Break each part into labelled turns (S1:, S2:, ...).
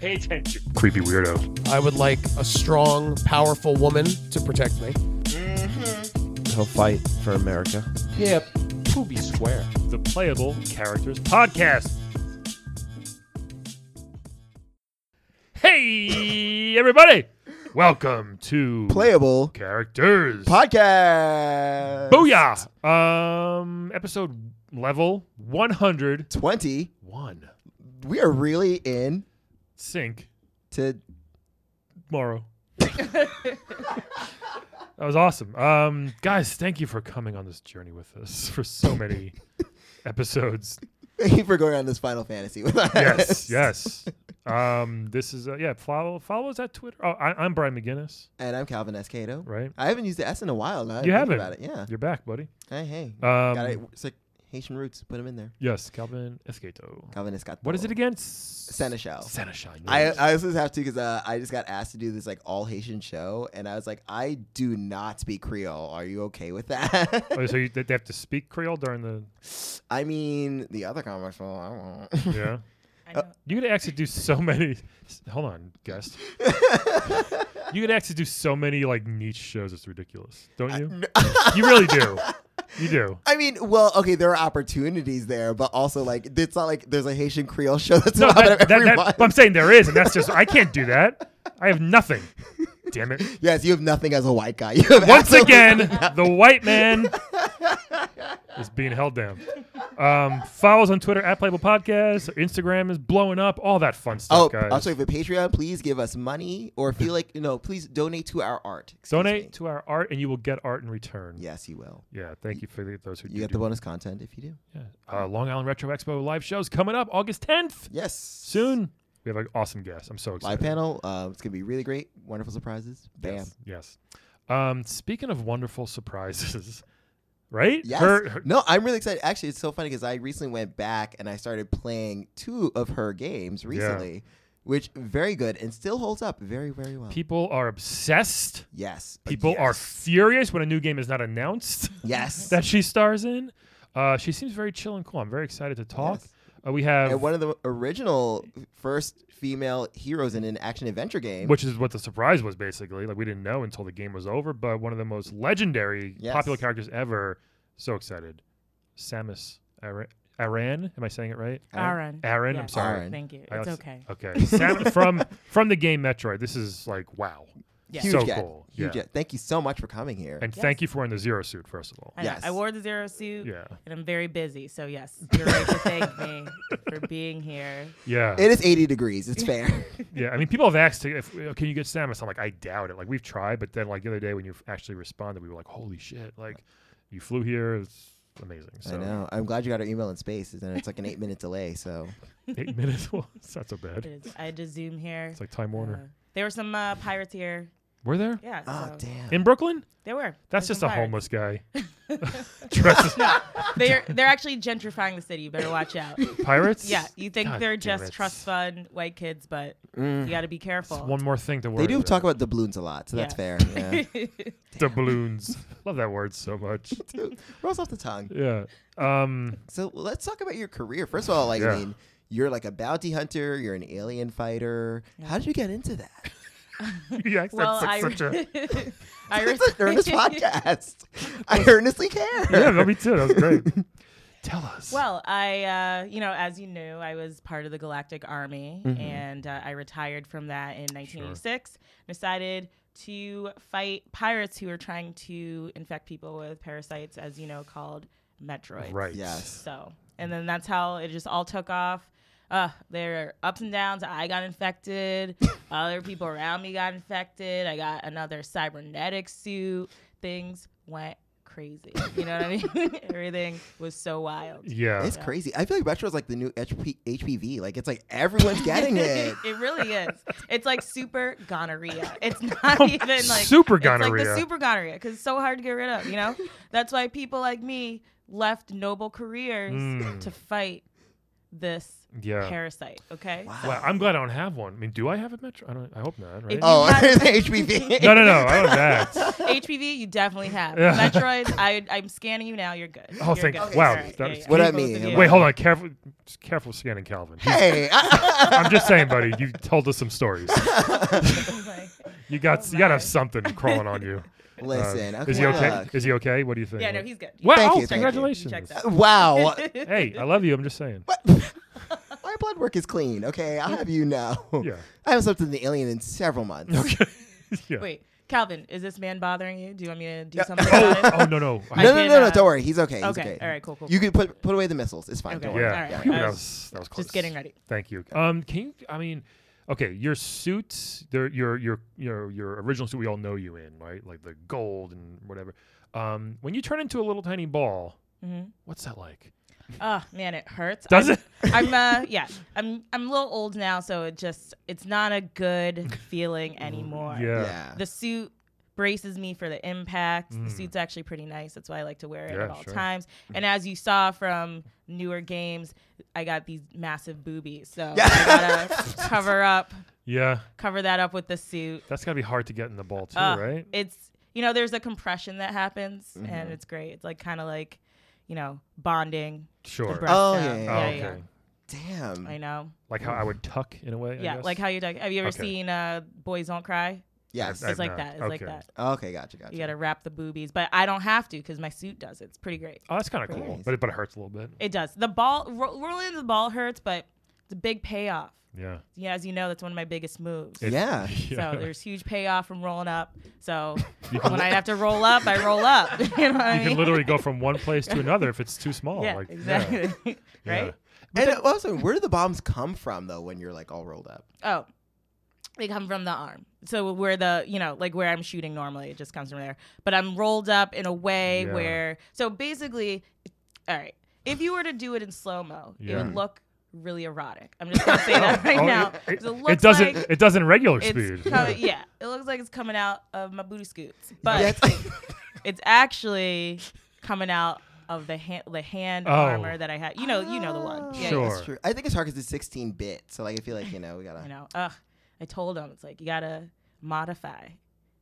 S1: Pay attention. Creepy weirdo.
S2: I would like a strong, powerful woman to protect me.
S3: He'll fight for America.
S4: Yeah, Poopy Square.
S1: The Playable Characters Podcast. Hey, everybody. Welcome to
S3: Playable
S1: Characters
S3: podcast.
S1: Booyah. Um, episode level 101.
S3: Twenty. We are really in
S1: Sync
S3: to
S1: tomorrow. that was awesome. Um, guys, thank you for coming on this journey with us for so many episodes.
S3: thank you for going on this Final Fantasy with us.
S1: Yes, yes. Um, this is uh, yeah. Follow follow us at Twitter. Oh, I, I'm Brian McGinnis,
S3: And I'm Calvin S. Cato.
S1: right?
S3: I haven't used the S in a while. Now that I
S1: You
S3: think
S1: haven't.
S3: about it. Yeah.
S1: You're back, buddy.
S3: Hey, hey.
S1: Um,
S3: Got it. It's like Haitian roots. Put them in there.
S1: Yes, Calvin Escato.
S3: Calvin Escato.
S1: What is it again? S-
S3: Seneschal.
S1: Seneschal.
S3: I,
S1: yes.
S3: I also have to because uh, I just got asked to do this like all Haitian show, and I was like, I do not speak Creole. Are you okay with that?
S1: oh, so you, they have to speak Creole during the
S3: I mean, the other commercial. I won't.
S1: yeah.
S3: Uh,
S1: You could actually do so many. Hold on, guest. you could actually do so many like niche shows. It's ridiculous, don't you? you really do. You do.
S3: I mean, well, okay, there are opportunities there, but also like it's not like there's a Haitian Creole show that's
S1: No,
S3: not
S1: that, that,
S3: every
S1: that-
S3: month.
S1: but I'm saying there is, and that's just I can't do that. I have nothing. Damn it.
S3: Yes, you have nothing as a white guy. You have
S1: Once
S3: absolutely
S1: again,
S3: nothing.
S1: the white man is being held down. Um, follow us on Twitter at Playable Podcast. Instagram is blowing up. All that fun stuff,
S3: Oh,
S1: guys.
S3: also, if you Patreon, please give us money, or if you like, you know, please donate to our art. Excuse
S1: Donate
S3: me.
S1: to our art, and you will get art in return.
S3: Yes, you will.
S1: Yeah, thank you for the, those who
S3: You
S1: do
S3: get
S1: do
S3: the bonus content if you do.
S1: Yeah. Uh, Long Island Retro Expo live shows coming up August 10th.
S3: Yes.
S1: Soon. We have an awesome guest. I'm so
S3: Live
S1: excited.
S3: panel. Uh, it's gonna be really great. Wonderful surprises. Bam.
S1: Yes. Um, speaking of wonderful surprises, right?
S3: Yes.
S1: Her- her-
S3: no, I'm really excited. Actually, it's so funny because I recently went back and I started playing two of her games recently, which very good and still holds up very very well.
S1: people are obsessed.
S3: Uh, yes.
S1: People are furious when a new game is not announced
S3: Yes.
S1: that she stars in. Uh, she seems very chill and cool. I'm very excited to talk.
S3: Yes.
S1: Uh, we have,
S3: and one of the original first female heroes in an action adventure game.
S1: which is what the surprise was basically. Like we didn't know until the game was over, but one of the most legendary,
S3: Yes.
S1: popular characters ever. So excited, Samus Aran. Aran, am I saying it right?
S3: Uh.
S5: Aaron.
S1: Aaron, I'm
S5: Yes.
S1: sorry.
S3: Aaron.
S5: Thank you.
S1: I
S5: It's
S1: also-
S5: okay.
S1: Okay, Sam, from from the game Metroid, this is like wow,
S5: Yeah.
S3: Huge
S1: so
S3: get.
S1: cool.
S3: Huge
S1: yeah.
S3: get. Thank you so much for coming here.
S1: And
S5: Yes.
S1: thank you for wearing the zero suit first of all.
S5: I, know.
S3: Yes.
S5: I wore the zero suit.
S1: Yeah,
S5: And I'm very busy. So, yes, you're right to thank me for being here.
S1: yeah,
S3: it is 80 degrees. It's fair.
S1: yeah. I mean, people have asked, if, uh, "Can you get Samus?" I'm like, I doubt it. Like we've tried, but then like the other day when you actually responded, we were like, "Holy shit!" Like you flew here. It's amazing. So
S3: I know. I'm glad you got our email in space, and it's like an eight minute delay. So
S1: eight minutes. Well, it's not so bad.
S5: It is- I had to Zoom here.
S1: It's like Time Warner.
S5: Uh, there were some uh, pirates here.
S1: Were there
S5: Yeah.
S3: oh
S5: so
S3: damn.
S1: in Brooklyn?
S5: There were.
S1: That's
S5: There
S1: just a
S5: were some pirates.
S1: homeless guy. Dresses
S5: They're, they're actually gentrifying the city. You better watch out.
S1: pirates.
S5: Yeah. You think
S1: God
S5: they're
S1: damn
S5: just
S1: it.
S5: trust fund white kids, but you got to be
S1: It's
S5: careful.
S1: one more thing to worry.
S3: Mm. They do
S1: about.
S3: talk about doubloons a lot, so that's fair.
S5: Yes.
S3: Yeah.
S1: doubloons. Love that word so much.
S3: Rolls off the tongue.
S1: Yeah. Um.
S3: So well, let's talk about your career. First of all, like
S1: Yeah.
S3: I mean, you're like a bounty hunter. You're an alien fighter. How did you get into that?
S1: Yeah. That's
S5: well,
S1: like
S5: I,
S1: such a.
S5: I
S3: It's an earnest podcast. I earnestly care.
S1: Yeah, no, me too. That was great. Tell us.
S5: Well, I, uh, you know, as you knew, I was part of the Galactic Army, and uh, I retired from that in 1986. Decided to fight pirates who were trying to infect people with parasites, as you know, called Metroids.
S1: right.
S3: Yes.
S5: So, and then that's how it just all took off. Uh, there are ups and downs. I got infected. Other people around me got infected. I got another cybernetic suit. Things went crazy. You know what I mean? Everything was so wild.
S1: Yeah.
S3: It's crazy. I feel like retro is like the new HP, HPV. Like it's like everyone's getting it.
S5: it really is. It's like super gonorrhea. It's not even like
S1: Oh, super
S5: It's like
S1: gonorrhea.
S5: the super gonorrhea because it's so hard to get rid of. You know, that's why people like me left noble careers
S1: Mm.
S5: to fight this
S1: Yeah.
S5: parasite. Okay.
S1: Well, I'm glad I don't have one. I mean, do I have a metro? I don't. I hope not. Right?
S5: If you
S3: Oh,
S5: have-
S3: it's HPV.
S1: no, no, no. I don't have that.
S5: HPV, you definitely have.
S1: Yeah.
S5: Metroid, I, I'm scanning you now. You're good.
S1: Oh,
S5: You're
S1: thank
S5: good.
S1: God. Wow,
S5: All right,
S1: that
S5: yeah,
S1: was-
S5: yeah.
S3: What I
S5: Both of
S3: mean,
S5: you.
S1: Wait, hold on. Careful, just careful scanning Calvin. He's-
S3: Hey,
S1: I'm just saying, buddy. You told us some stories.
S5: Like-
S1: You got
S5: Oh
S1: you gotta have something crawling on you. Uh,
S3: listen. Okay,
S1: is he okay?
S3: look.
S1: Is he okay? What do you think?
S5: yeah, no, he's good.
S1: Wow!
S3: Thank you, thank you.
S1: congratulations.
S5: Checked out.
S3: Wow,
S1: Hey, I love you. I'm just saying.
S3: What? my blood work is clean. Okay, I'll have you know.
S1: Yeah.
S3: I haven't slept with an alien in several months.
S1: Okay. yeah.
S5: Wait, Calvin, is this man bothering you? Do you want me to do something
S1: Oh,
S5: about it?
S1: oh no no.
S5: I
S3: No, no,
S5: did,
S3: no, no.
S5: uh,
S3: Don't worry. He's okay. He's
S5: okay,
S3: okay.
S5: all right, cool, cool,
S3: You can put put away the missiles. It's fine.
S5: Okay.
S3: Don't
S5: All
S3: worry.
S1: yeah.
S5: right, Uh,
S1: Phew,
S5: I
S1: that
S5: was
S1: was that was close.
S5: Just getting ready.
S1: Thank you. Um, can you? I mean, okay. Your suits, their your your your your original suit we all know you in, right? Like the gold and whatever. Um, when you turn into a little tiny ball,
S5: Mhm.
S1: what's that like?
S5: Oh man, it hurts.
S1: Does
S5: I'm,
S1: it?
S5: I'm uh yeah. I'm I'm a little old now, so it just it's not a good feeling anymore.
S1: Yeah.
S3: Yeah.
S5: The suit braces me for the impact.
S1: Mm.
S5: The suit's actually pretty nice. That's why I like to wear it
S1: Yeah,
S5: at all
S1: sure. Mm.
S5: times. And as you saw from newer games, I got these massive boobies. So I gotta cover up
S1: Yeah.
S5: cover that up with the suit.
S1: That's gotta be hard to get in the ball too,
S5: Uh,
S1: right? Mm-hmm.
S5: It's you know, there's a compression that happens and it's great. It's like kinda like, you know, bonding. the
S1: Sure.
S5: breast
S3: Oh,
S5: down.
S3: yeah,
S1: Oh,
S3: yeah,
S5: yeah,
S1: okay.
S3: Damn.
S5: yeah. I know.
S1: Like how I would tuck in a way. I
S5: Yeah,
S1: guess?
S5: like how you talk. Have you ever
S1: Okay.
S5: seen uh, Boys Don't Cry?
S3: Yes.
S5: It's
S1: I've
S5: like
S1: not.
S5: that. It's like
S1: Okay.
S5: that.
S3: Okay. Gotcha. Gotcha.
S5: You got to wrap the boobies, but I don't have to because my suit does it. It's pretty great.
S1: Oh, that's kind of cool,
S3: Nice.
S1: but it, but it hurts a little bit.
S5: It does. The ball ro- rolling the ball hurts, but it's a big payoff.
S1: Yeah.
S5: Yeah, as you know, that's one of my biggest moves.
S1: It-
S3: Yeah.
S1: yeah.
S5: So there's huge payoff from rolling up. So
S1: You can
S5: when I have to roll up, I roll up. you know what I
S1: you
S5: mean?
S1: can literally go from one place to another if it's too small.
S5: yeah,
S1: Oh, like, yeah,
S5: exactly.
S1: yeah.
S5: right?
S3: And uh, also, where do the bombs come from though? When you're like all rolled up.
S5: Oh, they come from the arm. So where the you know like where I'm shooting normally, it just comes from there. But I'm rolled up in a way
S1: Yeah.
S5: where so basically, all right. If you were to do it in slow mo, it
S1: Yeah.
S5: would look really erotic. I'm just gonna say that right
S1: Oh,
S5: now.
S1: It, it-
S5: 'Cause
S1: it
S5: looks
S1: doesn't.
S5: Like
S1: it doesn't regular speed.
S5: it's coming, yeah, it looks like it's coming out of my booty scoots, but
S3: Yes.
S5: it's actually coming out of the hand, the hand
S1: Oh.
S5: armor that I had. You know, you know the one. Yeah, yeah.
S1: Sure.
S3: That's true. I think it's hard because it's 16 bit. So like, I feel like you know we gotta.
S5: You know, ugh. I told him it's like you gotta modify.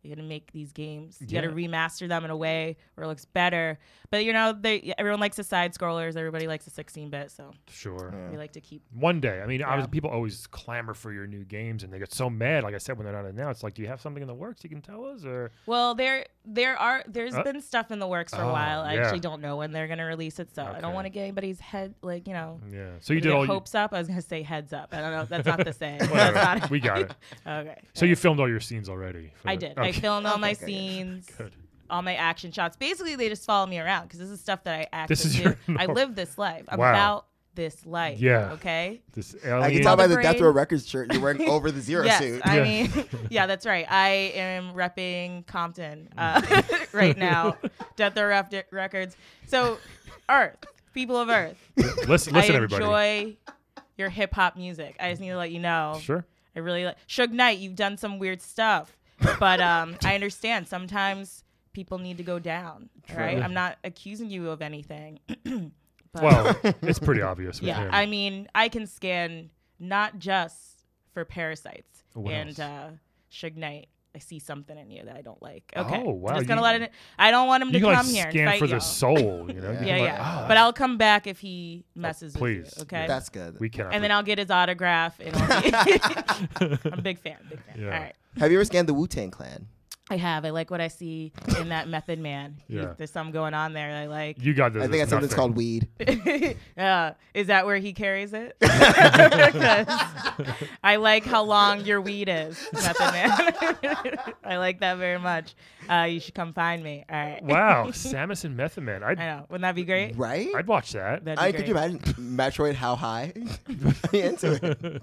S5: You gotta make these games. You
S1: Yeah.
S5: gotta remaster them in a way where it looks better. But you know, they everyone likes the side scrollers. Everybody likes the 16-bit, so
S1: Sure.
S5: we like to keep.
S1: One day. I mean, obviously,
S5: Yeah.
S1: people always clamor for your new games, and they get so mad. Like I said, when they're not announced, like, do you have something in the works you can tell us? Or
S5: Well, there there are there's
S1: Uh,
S5: been stuff in the works for
S1: oh,
S5: a while. I
S1: yeah.
S5: actually don't know when they're gonna release it, so I
S1: Okay.
S5: don't want to get anybody's head like you know.
S1: yeah. So you
S5: if
S1: did
S5: they
S1: all.
S5: hopes up. I was gonna say heads up. I don't know. That's not the same.
S1: You,
S5: That's
S1: whatever.
S5: not
S1: we got it.
S5: okay.
S1: So you filmed all your scenes already. for
S5: I
S1: the-
S5: did. I filmed all
S3: Okay,
S5: my
S3: good.
S5: scenes.
S1: Good.
S5: all my action shots. Basically, they just follow me around because this is stuff that I actually
S1: is
S5: do.
S1: your
S5: I
S1: norm-
S5: live this life. I'm
S1: Wow.
S5: about this life.
S1: Yeah.
S5: Okay.
S1: This
S3: I can
S1: alien-
S3: tell by the
S5: Brain.
S3: Death Row Records shirt you're wearing over the zero
S5: yes.
S3: suit.
S5: I
S1: Yeah.
S5: mean, yeah, that's right. I am repping Compton uh, right now. Death Row Ref- Records. So, Earth, people of Earth,
S1: listen, listen,
S5: I
S1: everybody.
S5: enjoy your hip hop music. I just need to let you know.
S1: Sure.
S5: I really like Suge Knight. You've done some weird stuff, but um, I understand sometimes people need to go down. all Right? I'm not accusing you of anything. but
S1: Well, it's pretty obvious with
S5: yeah,
S1: him.
S5: I mean, I can scan not just for parasites
S1: Oh, What
S5: and
S1: else?
S5: uh, Suge Knight. I see something in you that I don't like. Okay,
S1: Oh, wow,
S5: I'm just gonna
S1: you-
S5: let it. I don't want him
S1: you
S5: to
S1: can like
S5: come here and
S1: scan
S5: fight
S1: for the
S5: y'all.
S1: soul, you know. You
S3: Yeah,
S1: can,
S5: yeah,
S1: like,
S5: yeah.
S1: ah,
S5: but I'll come back if he messes
S1: please.
S5: with you. Okay.
S3: That's good.
S1: we cannot.
S5: and then
S1: do-
S5: I'll get his autograph. And I'll be- I'm a big fan. Big fan.
S1: Yeah.
S5: All right.
S3: Have you ever scanned the Wu Tang Clan?
S5: I have. I like what I see in that Method Man. He-
S1: Yeah.
S5: There's something going on there. that I like.
S1: you got this.
S3: I think that's
S1: it's
S3: something that's
S1: nothing.
S3: called weed.
S5: uh, is that where he carries it? 'Cause I like how long your weed is, Method Man. I like that very much. Uh, you should come find me. All right.
S1: Wow, Samus and Method Man. I'd,
S5: I know. Wouldn't that be great?
S3: Right?
S1: I'd watch that.
S5: That'd be
S3: I could you
S5: great.
S3: imagine Metroid how high? I'd be into it.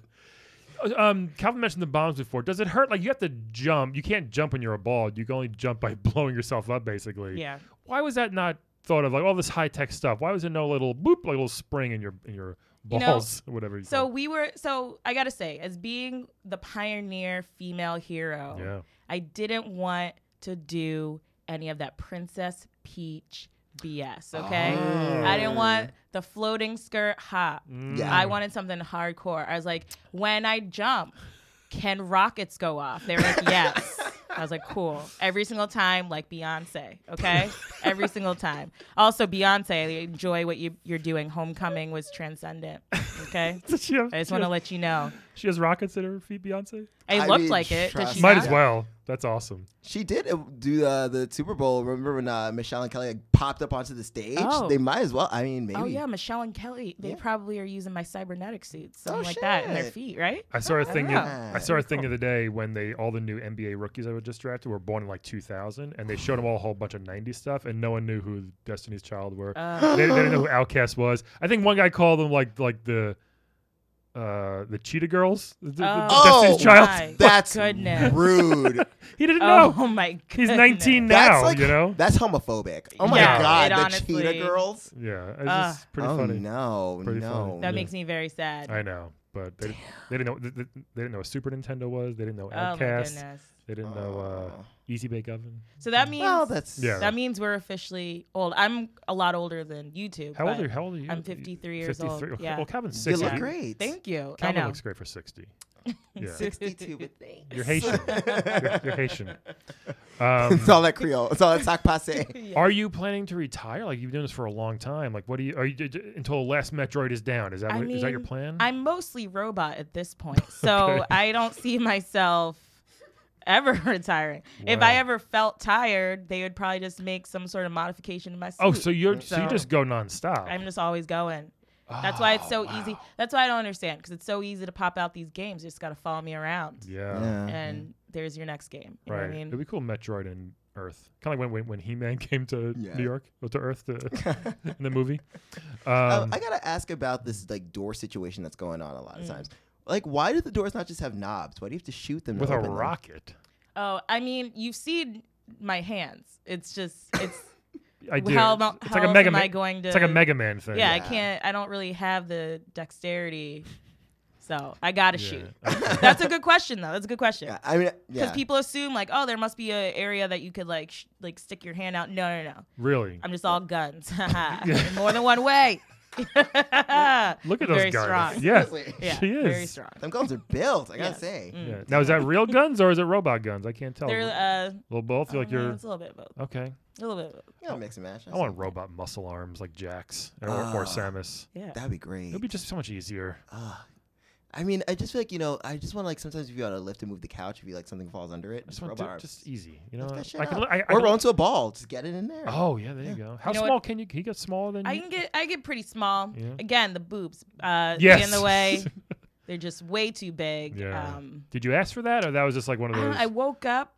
S1: um, Calvin mentioned the bombs before. Does it hurt? Like you have to jump. You can't jump when you're a ball. You can only jump by blowing yourself up, basically.
S5: Yeah.
S1: Why was that not thought of? Like all this high tech stuff. Why was there no little boop, like little spring in your in your
S5: You know,
S1: balls, or whatever? You
S5: So
S1: call it?
S5: we were. So I gotta say, as being the pioneer female hero,
S1: yeah,
S5: I didn't want to do any of that Princess Peach BS. Okay,
S3: Oh.
S5: I didn't want the floating skirt hop.
S3: Yeah.
S5: I wanted something hardcore. I was like, when I jump, can rockets go off? They were like, yes. I was like, cool. Every single time, like Beyonce, okay? Every single time. Also, Beyonce, enjoy what you, you're doing. Homecoming was transcendent, okay?
S1: Does she have,
S5: I just
S1: she,
S5: want to
S1: has,
S5: let you know.
S1: she has rockets at her feet, Beyonce.
S5: It
S3: I
S5: looked
S3: mean,
S5: like it. Did
S3: trust
S5: she
S1: Might
S5: not?
S1: as well. That's awesome.
S3: She did uh, do uh, the Super Bowl. Remember when uh, Michelle and Kelly like, popped up onto the stage?
S5: Oh.
S3: They might as well. I mean, maybe.
S5: Oh, yeah, Michelle and Kelly, they
S3: Yeah.
S5: probably are using my cybernetic suits, something
S3: Oh,
S5: like that, in their
S3: shit.
S5: feet, right?
S1: I saw a thing. the-
S3: Ah,
S1: I saw a thing the other day when they all the new NBA rookies I was just drafted were born in like 2000, and they showed them all a whole bunch of 90s stuff, and no one knew who Destiny's Child were.
S5: Uh,
S1: they, they didn't know who Outcast was. I think one guy called them like like the uh the Cheetah Girls. The- the- the
S3: Oh.
S1: Destiny's Child.
S5: my
S3: That's
S5: goodness.
S3: rude.
S1: He didn't know.
S5: Oh, my
S1: He's
S5: goodness.
S1: 19 now.
S3: that's like
S1: you know.
S3: that's homophobic. Oh my
S1: Yeah,
S3: god,
S5: it
S3: the
S5: honestly-
S3: cheetah girls.
S1: yeah, it's
S5: Ah.
S1: just pretty
S3: oh
S1: funny.
S3: no,
S1: Pretty
S3: no.
S1: funny.
S5: That
S1: Yeah.
S5: makes me very sad.
S1: I know, but they, they didn't know. They, they- they didn't know what Super Nintendo was. They didn't know
S5: Oh my
S1: Outcast.
S5: goodness.
S1: they didn't know uh,
S3: Oh.
S1: Easy Bake Oven.
S5: So that means
S3: Well, that's
S1: Yeah.
S5: that means we're officially old. I'm a lot older than you two.
S1: How old
S5: but
S1: are How old are you?
S5: I'm 53 years old,
S1: 53.
S5: yeah.
S1: Well, Calvin's
S3: you
S1: 60.
S3: look
S5: Yeah.
S3: great.
S5: Thank you.
S1: Calvin
S5: I know.
S1: looks great for 60. Yeah.
S3: Sixty-two with thanks.
S1: You're Haitian. you're, you're Haitian.
S3: it's
S1: Um,
S3: all that Creole. It's all that sac passe.
S1: are you planning to retire? Like you've been doing this for a long time. Like what do you? Are you d- d- until the last Metroid is down? Is that
S5: I
S1: what, is that your
S5: mean,
S1: plan?
S5: I'm mostly robot at this point, so
S1: Okay.
S5: I don't see myself ever retiring. If I
S1: Wow.
S5: ever felt tired, they would probably just make some sort of modification to my suit.
S1: oh, so you're so, you
S5: So-
S1: just go nonstop. Ah,
S5: I'm just always going. That's why
S1: Oh,
S5: it's so easy. That's why I don't understand because it's so easy to pop out these games. You just got to follow me around,
S1: yeah. Mm-hmm.
S5: and there's your next game. You know
S1: Right.
S5: what I mean?
S1: It'd be cool Metroid and Earth. Kind of like when, when when He-Man came to
S3: Yeah.
S1: New York, or to Earth to, in the movie.
S3: Um,
S1: Um,
S3: I gotta ask about this like door situation that's going on a lot
S5: Mm.
S3: of times. Like, why do the doors not just have knobs? Why do you have to shoot them to
S1: with a
S3: open them?
S1: rocket.
S5: Oh, I mean, you've seen my hands. It's just it's
S1: I do.
S5: how, mo-
S1: it's
S5: how
S1: like a
S5: else
S1: Mega
S5: am I
S1: Man.
S5: going to
S1: It's like a Mega Man thing.
S5: yeah, I
S3: Yeah.
S5: can't I don't really have the dexterity. So, I got to
S1: Yeah.
S5: shoot.
S1: Okay.
S5: That's a good question though. That's a good question.
S3: Yeah, I mean,
S5: Cuz
S3: yeah.
S5: people assume like, "Oh, there must be an area that you could like sh- like stick your hand out." No, no, no.
S1: really.
S5: I'm just all guns. In more than one way.
S1: Look at those
S5: Very
S1: guns.
S5: strong.
S1: Yeah.
S3: Seriously.
S5: Yeah,
S1: She
S5: very
S1: is.
S5: strong.
S3: Them guns are built. I gotta
S5: Yes.
S3: say.
S5: Mm.
S1: Yeah. Now is that real guns or is it robot guns? I can't tell.
S5: They're uh
S1: well, both. Feel like
S5: I don't know,
S1: you're uh,
S5: it's a little bit of both.
S1: okay.
S5: A little bit of both.
S3: You know, mix and match.
S1: I want robot muscle arms like Jax or, or
S3: Ah.
S1: Samus.
S5: Yeah.
S3: That'd be great.
S1: It would be just so much easier.
S3: Ah. I mean, I just feel like you know, I just want to like sometimes if you gotta lift and move the couch, if you like something falls under it,
S1: I
S3: just
S1: just want
S3: robot
S1: to,
S3: arms.
S1: just easy. You know,
S3: Lift
S1: I
S3: that shit
S1: can.
S3: up.
S1: I, I
S3: or
S1: can-
S3: roll into a ball. Just get it in there.
S1: Oh yeah, there you go. How
S5: You know what?
S1: small can you? Can you get smaller than?
S5: I
S1: you?
S5: can get I get pretty small.
S1: Yeah.
S5: Again, the boobs uh be
S1: Yes.
S5: in the way. They're just way too big.
S1: Yeah.
S5: Um
S1: Did you ask for that, or that was just like one of
S5: I, don't
S1: those?
S5: know, Uh, I woke up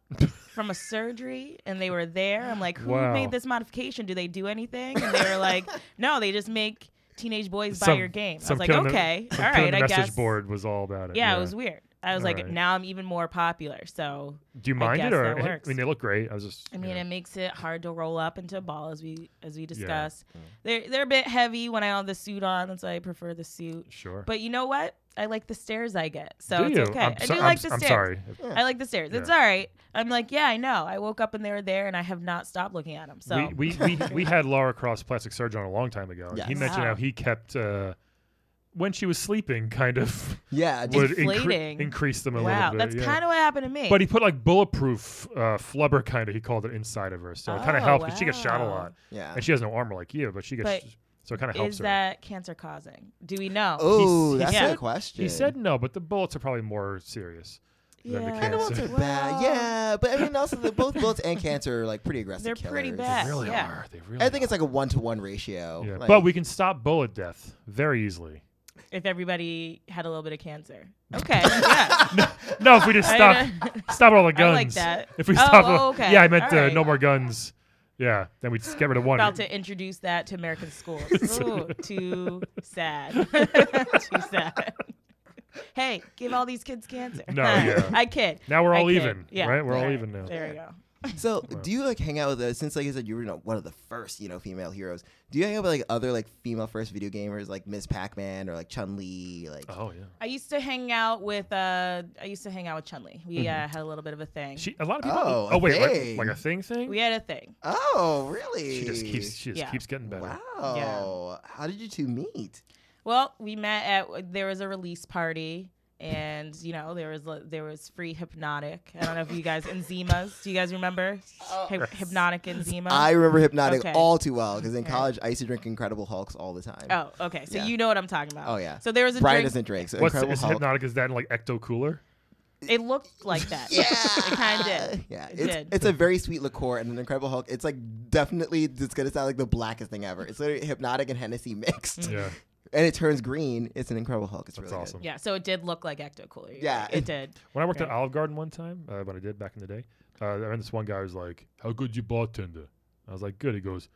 S5: from a surgery and they were there. I'm like, who
S1: Wow.
S5: made this modification? Do they do anything? And they were like, no, they just make teenage boys buy
S1: Some-
S5: your game. I
S1: some
S5: was like,
S1: kid on the-
S5: okay,
S1: some
S5: all
S1: kid on
S5: right,
S1: the
S5: I
S1: message
S5: guess.
S1: board was all about it.
S5: Yeah, it was weird. I was
S1: All
S5: like,
S1: right.
S5: now I'm even more popular. So
S1: Do you
S5: I
S1: mind
S5: guess
S1: it, or
S5: that
S1: I
S5: works.
S1: mean, they look great. I was just.
S5: I mean, it makes it hard to roll up into a ball as we as we discussed.
S3: Yeah.
S5: They're they're a bit heavy when I have the suit on, that's why I prefer the suit.
S1: sure.
S5: But you know what? I like the stairs I get, so
S1: do
S5: it's
S1: you?
S5: okay.
S1: I'm,
S5: I
S1: so-
S5: do
S1: I'm
S5: like
S1: s-
S5: the
S1: I'm
S5: stairs.
S1: sorry.
S5: I like the stairs. It's
S1: Yeah.
S5: all right. I'm like, yeah, I know. I woke up and they were there, and I have not stopped looking at them. So
S1: we, we, we, we had Laura Cross plastic surgeon on a long time ago. and He
S3: Yes.
S1: mentioned
S5: Wow.
S1: how he kept uh, when she was sleeping, kind of
S3: Yeah. Just,
S1: would incre-
S5: Inflating.
S1: increase them a little
S5: wow,
S1: bit.
S5: that's
S1: yeah.
S5: kind of what happened to me.
S1: But he put like bulletproof uh, flubber, kind of he called it inside of her, so it kind of
S5: Oh,
S1: helped 'cause she gets shot a
S5: wow.
S1: lot,
S3: yeah.
S1: and she has no armor like you, but she gets
S5: But
S1: so it kind of helps
S5: is
S1: her.
S5: that cancer causing? Do we know?
S3: Oh,
S1: he
S3: that's
S5: said-
S3: a question.
S1: he said no, but the bullets are probably more serious. than the
S5: yeah,
S1: cancer.
S3: Bullets are bad. Yeah, but I mean, also the, both bullets and cancer are like pretty aggressive.
S5: They're pretty
S3: killers.
S5: bad.
S1: They really
S5: yeah.
S1: are. They really.
S3: I think it's
S1: are.
S3: like a one to one ratio.
S1: Yeah.
S3: Like,
S1: but we can stop bullet death very easily.
S5: if everybody had a little bit of cancer. Okay, yeah.
S1: No, if we just
S5: I
S1: stop stop all the
S5: I
S1: guns.
S5: like that.
S1: If we
S5: Oh,
S1: stop,
S5: oh,
S1: all-
S5: okay.
S1: yeah, I meant
S5: All
S1: uh,
S5: right.
S1: no more guns. Yeah, then we just get rid of one.
S5: About to introduce that to American schools. Ooh, too sad. too sad. Hey, give all these kids cancer.
S1: No, yeah.
S5: I kid.
S1: now we're
S5: I
S1: all
S5: kid.
S1: even,
S5: Yeah.
S1: right? We're all
S5: Alright,
S1: even now.
S5: There we go.
S3: So, do you like hang out with uh, since like I said you were you know, one of the first you know female heroes? Do you hang out with like other like female first video gamers like Ms. Pac Man or like Chun Li? Like,
S1: Oh yeah.
S5: I used to hang out with uh, I used to hang out with Chun Li. We uh, had a little bit of a thing.
S1: Mm-hmm. She a lot of people.
S3: Oh,
S1: Oh,
S3: a
S1: wait, like,
S3: thing.
S1: like a thing thing.
S5: we had a thing.
S3: oh really?
S1: She just keeps she just
S5: Yeah.
S1: keeps getting better.
S3: Wow. How did you two meet?
S5: Well, we met at there was a release party, and you know there was uh, there was free hypnotic. I don't know if you guys enzymas. Do you guys remember Hy- hypnotic enzima?
S3: Oh. I remember Hypnotic
S5: Okay.
S3: all too well because in
S5: Okay.
S3: college I used to drink Incredible Hulks all the time.
S5: Oh, okay. So
S3: Yeah.
S5: you know what I'm talking about.
S3: Oh, yeah.
S5: So there was a
S3: Brian
S5: drink.
S3: doesn't drink, so
S1: What's
S3: Incredible
S1: is
S3: Hulk.
S1: hypnotic? Is that in like ecto cooler?
S5: It looked like that.
S3: Yeah,
S5: It kind of did.
S3: Yeah,
S5: It
S3: it's,
S5: did.
S3: it's a very sweet liqueur, and an Incredible Hulk. It's like definitely it's gonna sound like the blackest thing ever. It's literally hypnotic and Hennessy mixed,
S1: Yeah.
S3: and it turns green. It's an Incredible Hulk. It's
S1: That's
S3: really good.
S1: awesome.
S5: Yeah. So it did look like Ecto Cooler. You're
S3: Yeah,
S5: right.
S3: it-
S5: It did.
S1: When I worked at
S5: Right.
S1: Olive Garden one time, uh, when I did back in the day, uh, I met this one guy who was like, "How good you bartender?" I was like, "Good." He goes,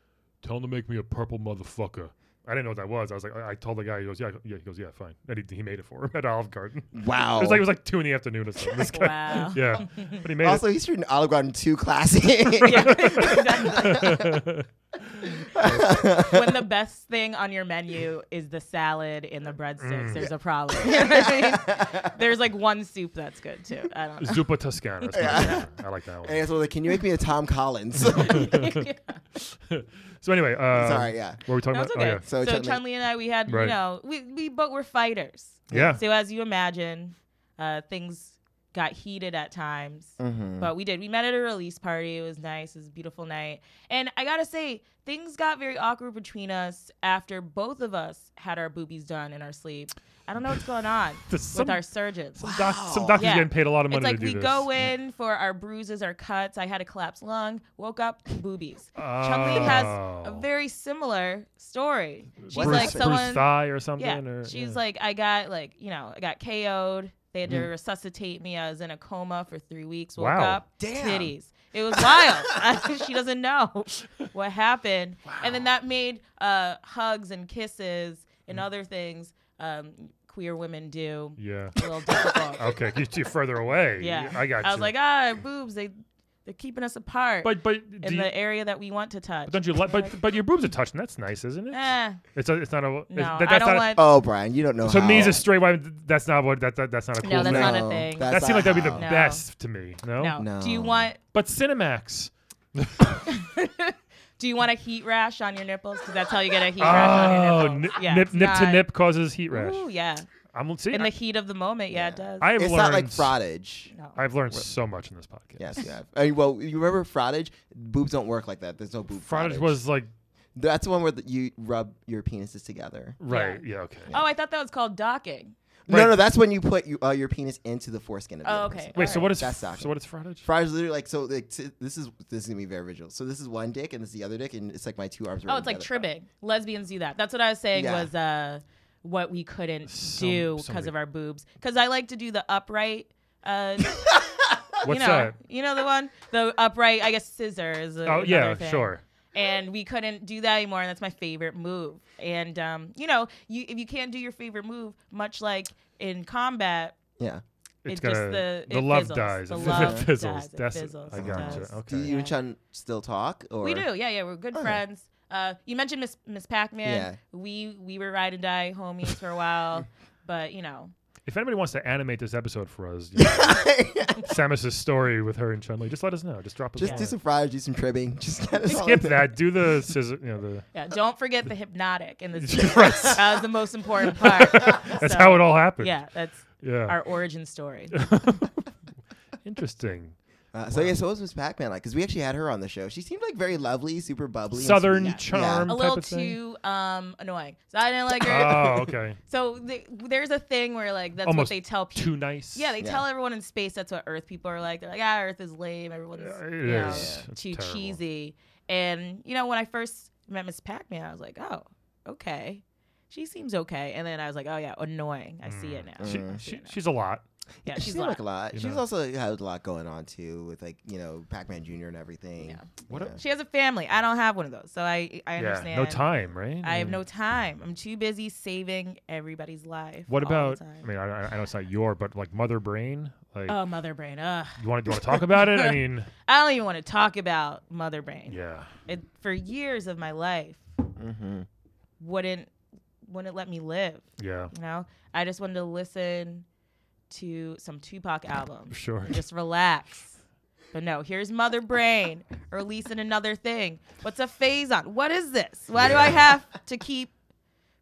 S1: "Tell him to make me a purple motherfucker." I didn't know what that was. I was like, I, I told the guy. He goes, "Yeah, yeah." He goes, "Yeah, fine." And he, he made it for him at Olive Garden.
S3: Wow.
S1: It was like it was like two in the afternoon or something. This guy,
S5: Wow.
S1: yeah, but he made
S3: also, he's treating Olive Garden too classy.
S5: Yeah, exactly.
S1: it.
S5: when the best thing on your menu is the salad and the breadsticks, there's a problem. there's like one soup that's good too. I don't know.
S1: Zuppa Toscana. That's my favorite. I like that
S3: and
S1: one.
S3: it's like, can you make me a Tom Collins?
S1: So anyway, uh,
S3: Sorry, yeah.
S1: What were we talking
S5: No, it's
S1: about?
S5: okay.
S1: Oh,
S3: So
S5: So,
S3: Chun-Li-
S5: Chun Li and I, we had
S1: Right.
S5: you know, we we but we're fighters.
S1: yeah.
S5: So as you imagine, uh, things got heated at times. But we did. We met at a release party. It was nice. It was a beautiful night. And I gotta say, things got very awkward between us after both of us had our boobies done in our sleep. I don't know what's going on
S1: There's some-
S5: with our surgeons.
S1: Some, doc- some doctors
S5: Yeah.
S1: getting paid a lot of money
S5: It's like
S1: to do
S5: we
S1: this.
S5: go in for our bruises, our cuts. I had a collapsed lung, woke up, boobies.
S1: oh.
S5: Chun Li has a very similar story. She's
S1: Bruce,
S5: like
S1: Bruce
S5: someone.
S1: thigh or something.
S5: Yeah,
S1: or,
S5: she's
S1: yeah. Mm.
S5: like I got like you know I got KO'd. They had to resuscitate me. I was in a coma for three weeks. Woke
S1: Wow.
S5: up,
S3: Damn.
S5: titties. It was wild. she doesn't know what happened. And then that made uh, hugs and kisses and other things um, queer women do
S1: Mm. yeah.
S5: a little difficult.
S1: Okay, you two further away.
S5: Yeah,
S1: I got.
S5: I was
S1: you.
S5: like, ah, boobs. They they're keeping us apart
S1: but but do
S5: in
S1: you,
S5: the area that we want to touch.
S1: but don't you like? But but your boobs are touching. That's nice, isn't it?
S5: Eh,
S1: It's a, it's not a. it's-
S5: no,
S1: that-
S5: I
S1: that's
S5: don't
S1: not,
S5: want.
S3: oh, Brian, you don't know.
S1: So
S3: how.
S1: me as a straight white. That's not what. That, that that's not a cool.
S5: No, that's
S1: thing.
S5: not a thing.
S3: that's
S1: That seemed like
S3: not
S1: that'd be the
S3: how.
S5: No.
S1: best to me. No.
S5: no.
S3: No.
S5: Do you want?
S1: But Cinemax.
S5: Do you want a heat rash on your nipples? Because that's how you get a heat rash on
S1: Oh,
S5: your
S1: nip,
S5: nipples. yeah,
S1: nip,
S5: it's
S1: nip to
S5: not-
S1: nip causes heat rash.
S5: Ooh, yeah.
S1: I'm see.
S5: In
S1: I,
S5: the heat of the moment, yeah, it does.
S1: I have
S3: It's
S1: learned.
S3: not like frottage.
S5: no.
S1: I've learned so much in this podcast.
S3: Yes, you have. I mean, well, you remember frottage? Boobs don't work like that. There's no boob.
S1: Frottage was like
S3: That's the one where the, you rub your penises together.
S1: right. Yeah. okay.
S5: oh, I thought that was called docking.
S1: Right.
S3: No, no, that's when you put you, uh, your penis into the foreskin of the
S5: Oh,
S3: other
S5: okay.
S3: person.
S1: Wait. So what is
S3: That's
S1: so
S3: docking.
S1: what is frottage?
S3: Frottage is literally like so. Like t- this is this is gonna be very visual. So this is one dick and this is the other dick and it's like my two arms.
S5: Oh,
S3: rubbing
S5: it's like
S3: together.
S5: tribbing. Lesbians do that. That's what I was saying
S3: Yeah.
S5: was uh, what we couldn't
S1: Some-
S5: do
S1: so
S5: because
S1: many-
S5: of our boobs. Because I like to do the upright. Uh,
S1: What's
S5: you know,
S1: that?
S5: You know the one, the upright. I guess scissors. uh,
S1: Oh yeah, sure.
S5: and we couldn't do that anymore. And that's my favorite move. And um, you know, you if you can't do your favorite move, much like in combat,
S3: Yeah.
S1: It's
S5: it just
S1: gonna-
S5: the
S1: the
S5: it
S1: love
S5: fizzles.
S1: dies.
S5: The
S1: It
S5: love
S1: fizzles.
S5: dies. It
S1: That's-
S5: fizzles.
S1: I
S5: It
S1: gotcha.
S5: does.
S1: Okay.
S3: Do you
S5: Yeah.
S3: and Chun still talk? Or
S5: We do, yeah, yeah. We're good
S3: Okay.
S5: friends. Uh, you mentioned Miss Miss Pac-Man.
S3: Yeah.
S5: We we were ride and die homies for a while, but you know,
S1: If anybody wants to animate this episode for us, you know, Samus's story with her and Chun Li, just let us know. Just drop us. a
S3: Just do
S1: line.
S3: some frottage, do some tribbing. Just get us all
S1: Skip
S3: in there.
S1: that. Do the scissor. You know the.
S5: yeah. Don't forget the hypnotic and the
S1: Right.
S5: that was the most important part.
S1: That's how it all happened.
S5: Yeah, that's
S1: Yeah.
S5: our origin story.
S1: Interesting.
S3: Uh, so yeah, so what was Miss Pac-Man like? Because we actually had her on the show. She seemed like very lovely, super bubbly, and
S1: Southern
S3: sweet.
S1: charm.
S5: A
S1: type
S5: little
S1: of thing?
S5: too um annoying. So I didn't like her.
S1: Oh, okay.
S5: So th there's a thing where like that's
S1: Almost
S5: what they tell people.
S1: Too nice.
S5: Yeah, they
S3: Yeah.
S5: tell everyone in space that's what Earth people are like. They're like, ah, Earth is lame. Everyone's
S1: Yeah,
S5: you
S1: it
S5: know,
S1: is. It's
S5: too
S1: terrible.
S5: cheesy. And you know, when I first met Miss Pac-Man, I was like, oh, okay, she seems okay. And then I was like, oh yeah, annoying. I see it now.
S1: She,
S3: Uh,
S5: I see
S1: Mm. she,
S5: it now.
S1: she's a lot.
S5: Yeah,
S3: she
S5: she's
S3: seemed
S5: a
S3: like a
S5: lot.
S3: lot.
S1: you
S3: She's
S1: know.
S3: also had a lot going on too, with like you know Pac-Man Jr. and everything.
S5: Yeah.
S1: What a-
S3: Yeah.
S5: She has a family. I don't have one of those, so I I
S1: yeah,
S5: understand.
S1: no time, right?
S5: I have
S1: mean,
S5: no time. I'm too busy saving everybody's life.
S1: What
S5: all the
S1: about?
S5: time.
S1: I mean, I, I- I know it's not your, but like Mother Brain. Like,
S5: Oh, Mother Brain. Ugh.
S1: you want to want to talk about it? I mean,
S5: I don't even want to talk about Mother Brain.
S1: yeah,
S5: It, for years of my life,
S3: Mm-hmm.
S5: wouldn't wouldn't let me live.
S1: yeah,
S5: You know, I just wanted to listen to some Tupac album.
S1: sure.
S5: and just relax. But no, here's Mother Brain releasing another thing. What's a phase on? What is this? Why do I have to keep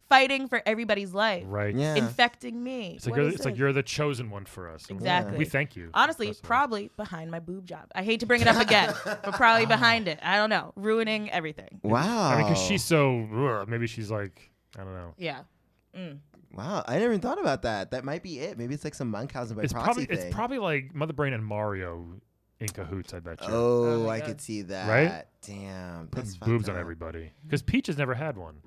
S5: fighting for everybody's life,
S1: Right.
S3: Yeah.
S5: infecting me?
S1: It's like
S5: What
S1: you're,
S5: is
S1: it's like
S5: this?
S1: you're the chosen one for us. and we-
S5: Exactly.
S1: We thank you.
S5: Honestly,
S1: That's all.
S5: probably behind my boob job. I hate to bring it up again, but probably behind it. I don't know, ruining everything.
S3: Wow.
S1: I mean, because she's
S3: Oh.
S1: so ugh, maybe she's like I don't know.
S5: Yeah. Mm.
S3: wow. I never even thought about that. That might be it. Maybe it's like some Munchausen by
S1: It's
S3: proxy
S1: probably
S3: thing.
S1: it's probably like Mother Brain and Mario in cahoots. I bet you.
S3: Oh,
S5: Oh my
S3: I
S5: God.
S3: could see that.
S1: Right?
S3: Damn.
S1: Putting
S3: That's fucked
S1: boobs on
S3: up.
S1: everybody because Peach has never had one.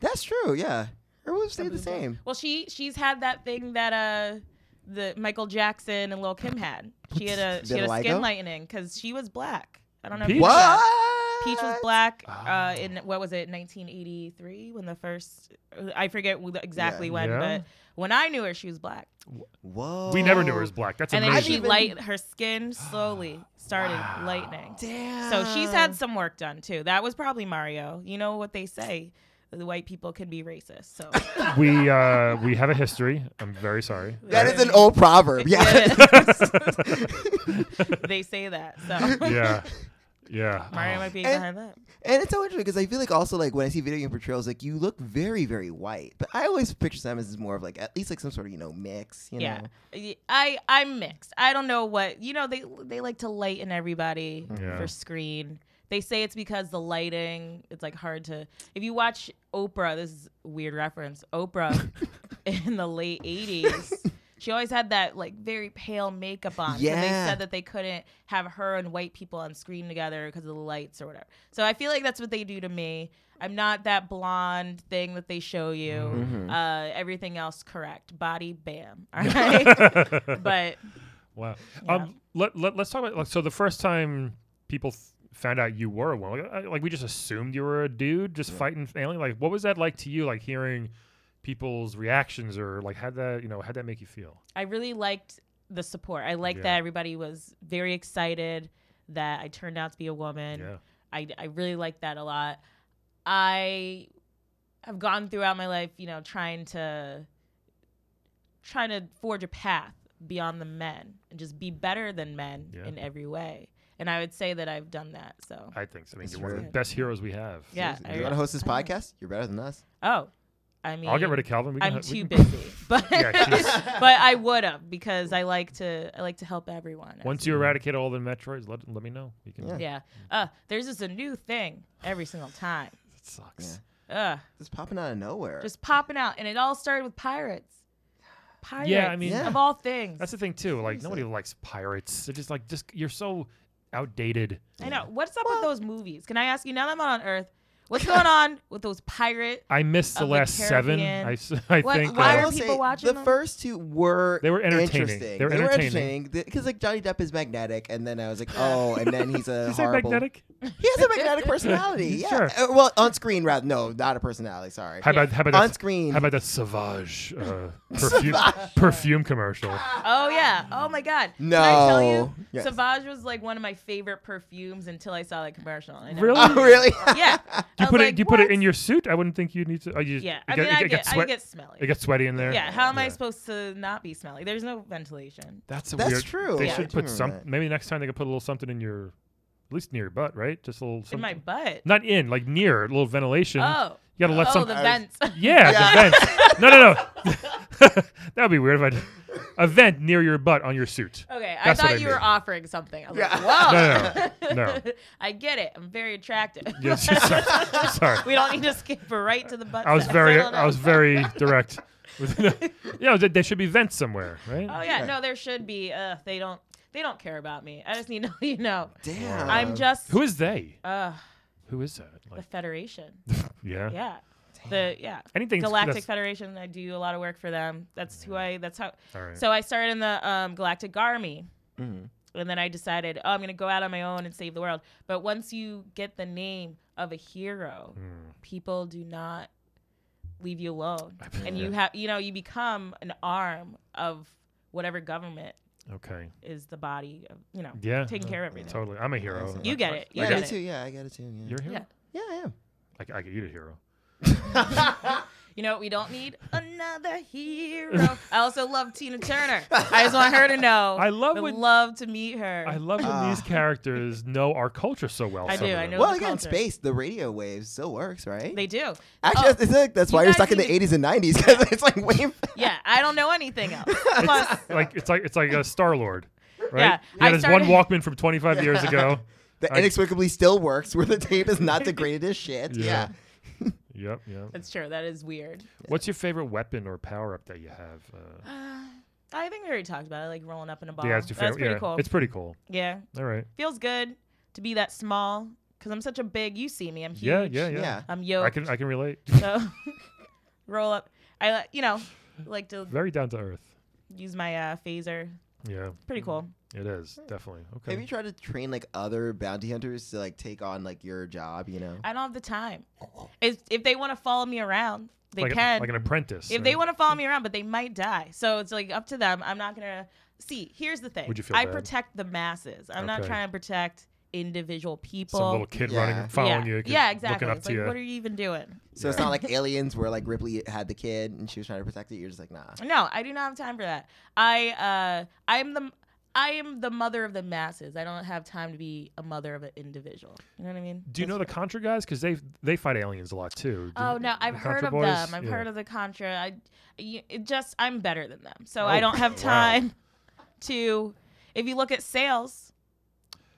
S3: That's true. Yeah. Her boobs stayed the
S5: boob job.
S3: same.
S5: Well, she she's had that thing that uh the Michael Jackson and Lil Kim had. She had a she
S3: Vitiligo?
S5: had a skin lightening because she was black. I don't know. if
S1: Peach?
S5: you know that.
S3: What? Ah.
S5: Peach was black uh,
S1: Oh.
S5: in what was it, 1983, when the first I forget wh- exactly
S3: Yeah.
S5: when,
S1: Yeah.
S5: but when I knew her, she was black,
S3: Whoa.
S1: We never knew it was black. That's
S5: and then
S1: amazing.
S5: she
S3: I've even-
S5: light her skin slowly started
S1: Wow.
S5: lightening.
S3: Damn.
S5: So she's had some work done too. That was probably Mario. You know what they say. The white people can be racist. So
S1: we uh, we have a history. I'm very sorry.
S3: That is an old proverb. Yeah.
S5: they say that. So
S1: yeah, yeah.
S5: Mario
S1: Oh.
S5: might be
S3: And-
S5: behind that.
S3: and it's so interesting because I feel like also like when I see video game portrayals, like you look very, very white. But I always picture them as more of like at least like some sort of, you know, mix, you
S5: yeah.
S3: know.
S5: Y- I I'm mixed. I don't know what you know. They they like to lighten everybody
S1: Yeah.
S5: for screen. They say it's because the lighting. It's like hard to. If you watch Oprah, this is a weird reference. Oprah in the late '80s. She always had that like very pale makeup on. So they
S3: Yeah.
S5: said that they couldn't have her and white people on screen together because of the lights or whatever. So I feel like that's what they do to me. I'm not that blonde thing that they show you.
S3: Mm-hmm.
S1: Mm-hmm.
S5: Uh, everything else correct. Body bam. All right. but
S1: Oh. Wow.
S5: Yeah.
S1: Um, let, let, let's talk about like so the first time people f- found out you were a woman, like, I- like we just assumed you were a dude just fighting alien. Like, what was that like to you? Like hearing people's reactions or like how that you know how'd that make you feel?
S5: I really liked the support. I liked
S1: Yeah.
S5: that everybody was very excited that I turned out to be a woman.
S1: yeah.
S5: I, I really like that a lot. I have gone throughout my life, you know, trying to trying to forge a path beyond the men and just be better than men
S1: Yeah.
S5: in every way. And I would say that I've done that. So
S1: I think so. I mean,
S3: That's
S1: you're one of the
S5: true.
S1: best heroes we have.
S5: Yeah,
S3: Seriously.
S5: I-
S3: you want to host
S5: I
S3: this
S5: know.
S3: podcast? You're better than us.
S5: oh, I mean,
S1: I'll get rid of Calvin. We can,
S5: I'm
S1: ha- we
S5: too
S1: can-
S5: busy, but
S1: Yeah, she's-
S5: but I would have because I like to I like to help everyone.
S1: Once you eradicate all the Metroids, let, let me know. You can.
S3: Yeah.
S5: Yeah. Uh, there's just a new thing every single time.
S1: It sucks.
S5: Uh,
S3: It's popping out of nowhere.
S5: just popping out, and it all started with pirates. Pirates.
S1: Yeah, I mean-
S3: Yeah.
S5: of all things.
S1: That's the thing too. Like nobody
S3: Seriously.
S1: likes pirates. They're just like just you're so outdated.
S5: I know. What's up with those movies? Can I ask you now that I'm on Earth? What's going on with those pirate?
S1: I missed the
S5: Of the
S1: last seven.
S5: Caribbean.
S1: I, s- I
S5: What-
S1: think.
S5: why
S1: uh,
S5: are
S3: will
S5: people watching
S3: The
S5: them?
S3: first two were
S1: They were entertaining.
S3: Interesting.
S1: They were entertaining.
S3: because like Johnny Depp is magnetic, and then I was like, oh, and then he's a
S1: Did you say
S3: horrible.
S1: magnetic?
S3: He has a magnetic personality. yeah.
S1: Sure.
S3: Uh, well, on screen rather. No, not a personality. Sorry.
S1: How about how about
S3: On
S1: that,
S3: screen.
S1: How about that Sauvage uh, perfume perfume commercial?
S5: Oh yeah. Oh my God. Can I tell you?
S3: No. Yes.
S5: Savage was like one of my favorite perfumes until I saw that commercial. I know.
S1: Really?
S3: Oh, really?
S5: Yeah.
S1: You put it you put it in your suit. I wouldn't think you need to. Oh, you, you
S5: Yeah. I
S1: get-
S5: mean,
S1: it
S5: I
S1: get
S5: get, I
S1: sweat-
S5: get smelly.
S1: It gets sweaty in there.
S5: yeah. How am I supposed to not be smelly? There's no ventilation.
S1: That's a
S3: That's
S1: weird-
S3: true.
S1: They
S5: Yeah. I
S1: should
S3: do
S1: put
S3: remember
S1: some.
S3: that.
S1: Maybe next time they could put a little something in your, at least near your butt, right? Just a little. Something.
S5: In my butt.
S1: Not in, like near, a little ventilation.
S5: Oh.
S1: You gotta let
S5: oh,
S1: some.
S5: the vents.
S1: Yeah,
S3: Yeah.
S1: the vent. No, no, no. that would be weird if I. did- A vent near your butt on your suit.
S5: Okay,
S1: That's
S5: I
S1: what
S5: thought
S1: I
S5: you
S1: mean.
S5: were offering something. I was
S3: Yeah.
S5: like, whoa.
S1: No, no, no.
S5: I get it. I'm very attractive.
S1: Yes, sorry. sorry.
S5: we don't need to skip right to the butt.
S1: I was
S5: sex.
S1: very,
S5: don't know.
S1: I was very direct. With, yeah, there, there should be vents somewhere, right?
S5: Oh yeah, no, there should be. Uh, they don't. They don't care about me. I just need to, let you know,
S3: Damn.
S5: I'm just
S1: Who is they?
S5: uh
S1: Who is that?
S5: the
S1: Like,
S5: Federation.
S1: yeah.
S5: Yeah. the yeah
S1: Anything that's-
S5: Galactic
S1: that's-
S5: Federation. I do a lot of work for them. That's who I. That's how.
S1: All right. Mm-hmm.
S5: So I started in the um, Galactic Army. And then I decided, oh, I'm going to go out on my own and save the world. But once you get the name of a hero,
S1: Hmm.
S5: people do not leave you alone. And you have, you know, you become an arm of whatever government
S1: okay.
S5: is the body of, you know,
S1: Yeah.
S5: taking care of everything.
S1: Totally. I'm a hero.
S5: You get it. You
S3: I
S5: get
S3: got it
S5: it.
S3: too. Yeah, I got it too. Yeah,
S1: You're a hero.
S5: Yeah.
S3: yeah I am.
S1: Like I could eat a hero.
S5: You know, we don't need another hero. I also love Tina Turner. I just want her to know.
S1: I love
S5: would
S1: when-
S5: love to meet her.
S1: I love when these characters know our culture so well.
S5: Ah. I
S1: some
S5: do,
S1: of
S5: I
S1: them.
S5: know.
S3: Well,
S5: the
S3: again,
S5: culture.
S3: space, the radio wave still works, right?
S5: they do.
S3: Actually,
S5: Oh,
S3: that's, it's like, that's
S5: you
S3: why you're
S5: guys
S3: stuck in the
S5: even-
S3: 80s and 90s because it's like way.
S5: yeah, I don't know anything else. Plus,
S1: like it's like it's like a Star Lord, right?
S5: Yeah,
S1: you got
S5: I
S1: his
S5: started-
S1: one Walkman from 25 years ago.
S3: That
S1: I-
S3: inexplicably still works where the tape is not degraded as shit.
S1: Yeah.
S3: Yeah.
S1: Yep, yep.
S5: that's true. That is weird.
S1: What's your favorite weapon or power up that you have? Uh,
S5: I think we already talked about it, like rolling up in a ball.
S1: yeah, it's your favorite.
S5: That's pretty
S1: yeah,
S5: cool.
S1: It's pretty cool.
S5: yeah,
S1: All right.
S5: feels good to be that small because I'm such a big. You see me, I'm huge.
S1: Yeah, yeah, yeah,
S3: Yeah.
S5: I'm
S1: I
S5: yoked.
S1: can I can relate.
S5: so roll up. I li- you know like to
S1: Very down to earth.
S5: use my uh, phaser.
S1: Yeah,
S5: Pretty cool.
S1: it is definitely okay.
S3: Have you tried to train like other bounty hunters to like take on like your job, you know?
S5: I don't have the time. If if they want to follow me around, they
S1: like, a-
S5: can.
S1: like an apprentice.
S5: if
S1: right?
S5: they want to follow me around, but they might die. So it's like up to them. I'm not gonna see. Here's the thing.
S1: Would you feel
S5: I
S1: bad?
S5: protect the masses. I'm not
S1: Okay.
S5: trying to protect individual people.
S1: some little kid
S3: Yeah.
S1: running, following
S5: yeah.
S1: you,
S5: Yeah, exactly.
S1: looking up
S5: It's
S1: to
S5: like,
S1: you.
S5: what are you even doing?
S3: So it's not like aliens where like Ripley had the kid and she was trying to protect it. You're just like, nah.
S5: No, I do not have time for that. I uh, I'm the I am the mother of the masses. I don't have time to be a mother of an individual. You know what I mean?
S1: Do you know the Contra guys? Because they they fight aliens a lot too. Do
S5: Oh
S1: you-
S5: no,
S1: the
S5: I've heard
S1: Contra
S5: of
S1: boys?
S5: them. I've
S1: Yeah.
S5: heard of the Contra. I you- it just I'm better than them, so
S1: Oh,
S5: I don't have
S1: wow.
S5: time to. If you look at sales,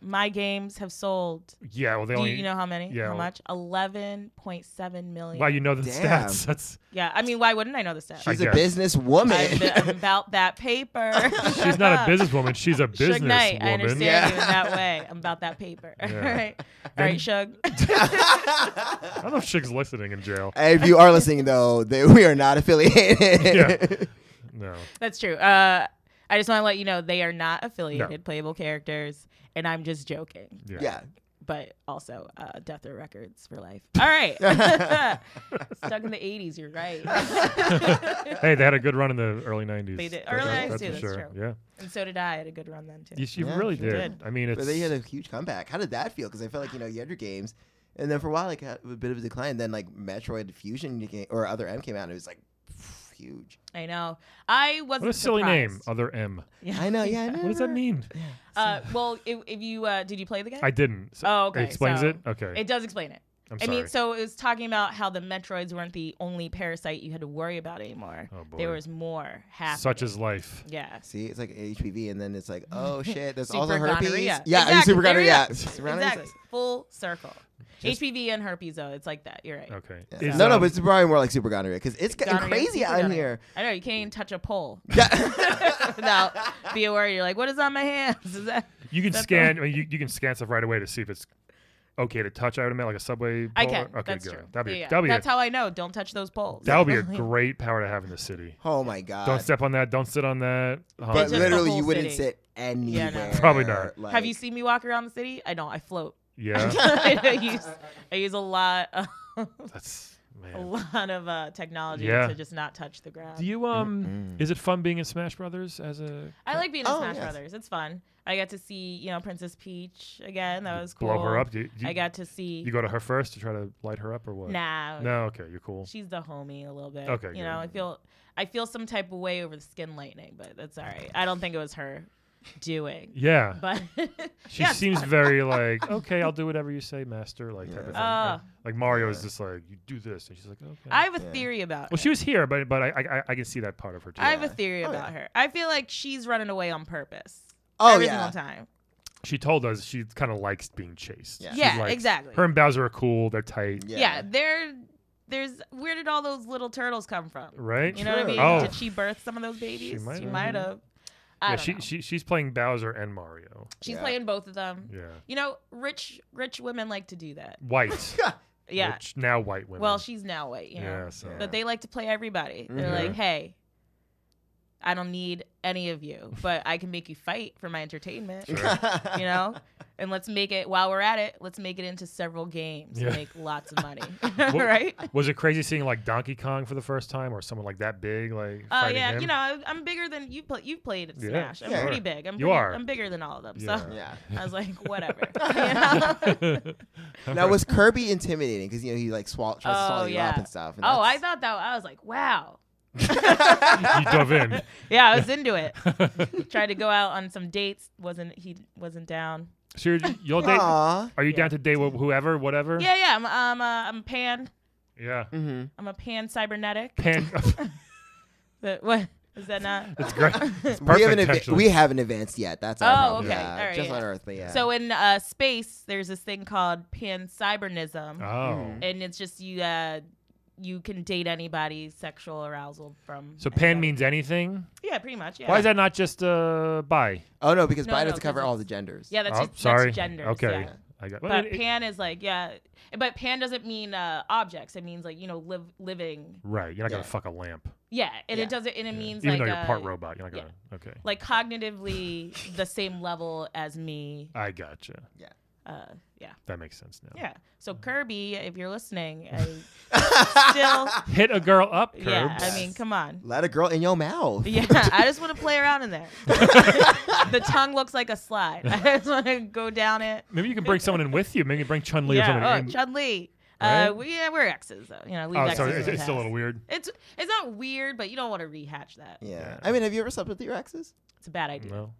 S5: my games have sold.
S1: Yeah, well they
S5: Do
S1: only.
S5: you, you know how many?
S1: yeah.
S5: How much? Eleven point seven million.
S1: wow, you know the
S3: Damn.
S1: stats. That's
S5: yeah, I mean, why wouldn't I know the stats?
S3: She's
S1: I
S3: a
S1: guess.
S5: I'm
S3: businesswoman.
S5: I'm about that paper.
S1: she's not a businesswoman. She's a
S5: Shug Knight, I
S1: businesswoman.
S5: understand
S3: Yeah.
S5: you in that way. I'm about that paper. All
S1: Yeah.
S5: right. All right, Shug.
S1: I don't know if Shig's listening in jail.
S3: if you are listening though, they, we are not affiliated.
S1: Yeah. No.
S5: That's true. Uh, I just want to let you know they are not affiliated playable characters, and I'm just joking.
S1: Yeah.
S3: yeah.
S5: But also, uh, Death Row Records for life. All right. Stuck in the 80s, you're right.
S1: Hey, they had a good run in the early '90s.
S5: They did.
S1: That-
S5: Early
S1: that-
S5: 90s too,
S1: for
S5: that's
S1: sure.
S5: true.
S1: Yeah.
S5: and so did I. I had a good run then, too.
S1: You, you
S3: Yeah,
S1: really
S3: sure
S1: did. I mean, it's.
S3: But they had a huge comeback. How did that feel? Because I felt like you know you had your games, and then for a while like had a bit of a decline. Then like Metroid Fusion came, or Other M came out, and it was like pff, huge.
S5: I know. I wasn't
S1: what a silly name, Uh,
S5: surprised.
S1: Other M.
S5: Yeah.
S3: I know. Yeah. I know.
S1: What does that
S5: Mm-hmm.
S1: mean?
S5: Uh, well, if, if you uh, did you play the game?
S1: I didn't. So
S5: Oh, okay.
S1: It explains
S5: so
S1: it. Okay.
S5: It does explain it.
S1: I'm
S5: I
S1: sorry.
S5: mean, so it was talking about how the Metroids weren't the only parasite you had to worry about anymore.
S1: Oh, boy.
S5: There was more happening.
S1: Such is life.
S5: yeah.
S3: See, it's like HPV, and then it's like, oh shit, there's
S5: Super
S3: also herpes.
S5: gonorrhea.
S3: Yeah,
S5: Exactly,
S3: super
S5: there
S3: gonorrhea.
S5: we
S3: Yeah.
S5: go.
S3: Super gonorrhea.
S5: Exactly. Full circle. HPV and herpes, though, it's like that. You're right.
S1: Okay.
S3: Yeah.
S1: Is,
S3: no, no,
S1: um,
S3: but it's probably more like super gonorrhea because it's getting
S5: Gonorrhea,
S3: crazy
S5: super
S3: out
S5: gonorrhea.
S3: here.
S5: I know you can't even touch a pole
S3: Yeah.
S5: without being worried. You're like, what is on my hands? Is that?
S1: you can
S5: that's
S1: scan. I mean, you, you can scan stuff right away to see if it's okay to touch. I would imagine like a subway.
S5: I
S1: pole.
S5: can.
S1: Okay,
S5: That's
S1: good.
S5: true.
S1: That'd be
S5: Yeah, yeah.
S1: that'd be
S5: That's
S1: a,
S5: how I know. Don't touch those poles.
S1: that would be a great power to have in the city.
S3: Oh my god.
S1: Don't step on that. Don't sit on that. Um,
S3: but
S5: Just the
S3: literally, you
S5: whole
S3: wouldn't
S5: city.
S3: sit anywhere.
S5: no.
S1: Probably not.
S3: Like,
S5: Have you seen me walk around the city? I don't. I float.
S1: yeah,
S5: I use I use a lot of
S1: that's
S5: a
S1: man.
S5: lot of uh, technology
S1: Yeah.
S5: to just not touch the ground.
S1: Do you um?
S3: Mm-hmm.
S1: Is it fun being in Smash Brothers as a
S5: I like being in
S3: Oh,
S5: Smash
S3: yes.
S5: Brothers. It's fun. I got to see, you know, Princess Peach again. That was cool.
S1: blow her up? Do you, do
S5: I
S1: you-
S5: got to see.
S1: You go to her first to try to light her up or what?
S5: nah.
S1: No, okay, you're cool.
S5: She's the homie a little bit.
S1: Okay,
S5: You
S1: good.
S5: know, I feel I feel some type of way over the skin lightning, but that's all right. I don't think it was her doing.
S1: Yeah.
S5: But
S1: she
S5: yeah, it's
S1: seems
S5: fun.
S1: very like, okay, I'll do whatever you say, master, like type of thing.
S5: Yeah.
S1: Like- like Mario is just like, you do this. And she's like, okay.
S5: Uh. I have a
S3: Yeah.
S5: theory about
S1: well,
S5: her.
S1: she was here, but but I, I I- I can see that part of her too.
S5: I have a
S3: Yeah.
S5: theory
S3: Oh,
S5: about
S3: yeah.
S5: her. I feel like she's running away on purpose.
S3: Oh
S5: every
S3: yeah.
S5: single time.
S1: she told us she kind of likes being chased.
S3: Yeah.
S1: She
S5: Yeah,
S1: likes-
S5: exactly.
S1: Her and Bowser are cool. They're tight,
S5: Yeah. they're there's where did all those little turtles come from?
S1: right?
S5: You know what I
S3: True.
S5: mean?
S1: Oh.
S5: Did she birth some of those babies?
S1: might
S5: She
S1: have.
S5: might have. I
S1: yeah,
S5: don't
S1: she,
S5: know.
S1: she she's playing Bowser and Mario.
S5: She's
S3: Yeah.
S5: playing both of them.
S1: Yeah,
S5: You know, rich rich women like to do that.
S1: white.
S5: Yeah.
S1: which now white women.
S5: Well, she's now white, you know.
S1: yeah, Mm-hmm. so
S5: But they like to play everybody. They're
S3: Mhm.
S5: like, hey, I don't need any of you, but I can make you fight for my entertainment, you know? And let's make it, while we're at it, let's make it into several games
S1: Yeah.
S5: and make lots of money, right?
S1: was it crazy seeing like Donkey Kong for the first time or someone like that big like
S5: Oh
S1: fighting
S5: yeah,
S1: him?
S5: you know I, I'm bigger than you. Play, you've played at
S1: Yeah,
S5: Smash. I'm
S3: sure.
S5: pretty big. I'm
S1: You
S5: pretty-
S1: are.
S5: I'm bigger than all of them. So
S3: yeah.
S5: I was like, whatever. Oh, you know?
S3: Now was Kirby intimidating? Because you know he like swall- tries to swallow
S5: Oh,
S3: you
S5: yeah.
S3: up and stuff. And
S5: oh, I
S3: that's-
S5: thought that I was like, wow.
S1: you dove in.
S5: Yeah, I was into it. Tried to go out on some dates. wasn't He wasn't down.
S1: So you're, you'll date?
S3: Aw.
S1: Are you down to date with whoever, whatever?
S5: Yeah, yeah. I'm I'm a, I'm pan.
S1: Yeah.
S3: Mm-hmm.
S5: I'm a pan cybernetic.
S1: Pan-
S5: But what is that not?
S1: it's great. It's perfect.
S3: We haven't adva-
S1: actually.
S3: we haven't advanced yet. That's our
S5: Oh,
S3: problem.
S5: okay.
S3: Yeah,
S5: All right,
S3: just
S5: yeah.
S3: on Earth, but yeah.
S5: So in uh, space, there's this thing called pan cybernism.
S1: Oh.
S5: and it's just you uh you can date anybody sexual arousal from
S1: So pan
S5: anybody.
S1: means anything.
S5: yeah pretty much yeah
S1: Why is that not just uh bi?
S3: oh no, because
S5: No,
S3: Biden
S5: no,
S3: has to cover
S5: 'cause
S3: all the genders.
S5: yeah that's
S1: oh,
S5: just
S1: sorry.
S5: that's genders
S1: okay.
S5: yeah.
S1: I got. well,
S5: but
S1: it- it-
S5: pan is like yeah but pan doesn't mean uh objects it means like you know live living
S1: right. You're not gonna
S3: Yeah.
S1: fuck a lamp,
S5: yeah and
S3: Yeah.
S5: it doesn't and it means
S1: even
S5: like
S1: though you're part
S5: uh,
S1: robot. You're not
S5: yeah.
S1: gonna. Okay.
S5: like cognitively the same level as me
S1: I gotcha.
S5: uh yeah
S1: That makes sense now.
S5: yeah so kirby if you're listening I still
S1: Hit a girl up, curbs.
S5: yeah i mean come on
S3: Let a girl in your mouth.
S5: Yeah, I just want to play around in there. the tongue looks like a slide. I just want to go down it.
S1: Maybe you can bring someone in with you. Maybe bring Chun Li or
S5: yeah,
S1: something.
S5: oh, Chun Li.
S1: Right?
S5: Uh, we, yeah, we're exes though. You know, leave
S1: oh,
S5: exes
S1: so
S5: in
S1: it's,
S5: the
S1: it's still a
S5: past.
S1: little weird.
S5: It's it's not weird, but you don't want to rehash that.
S3: Yeah.
S1: Yeah.
S3: I mean, have you ever slept with your exes?
S5: It's a bad idea.
S1: No.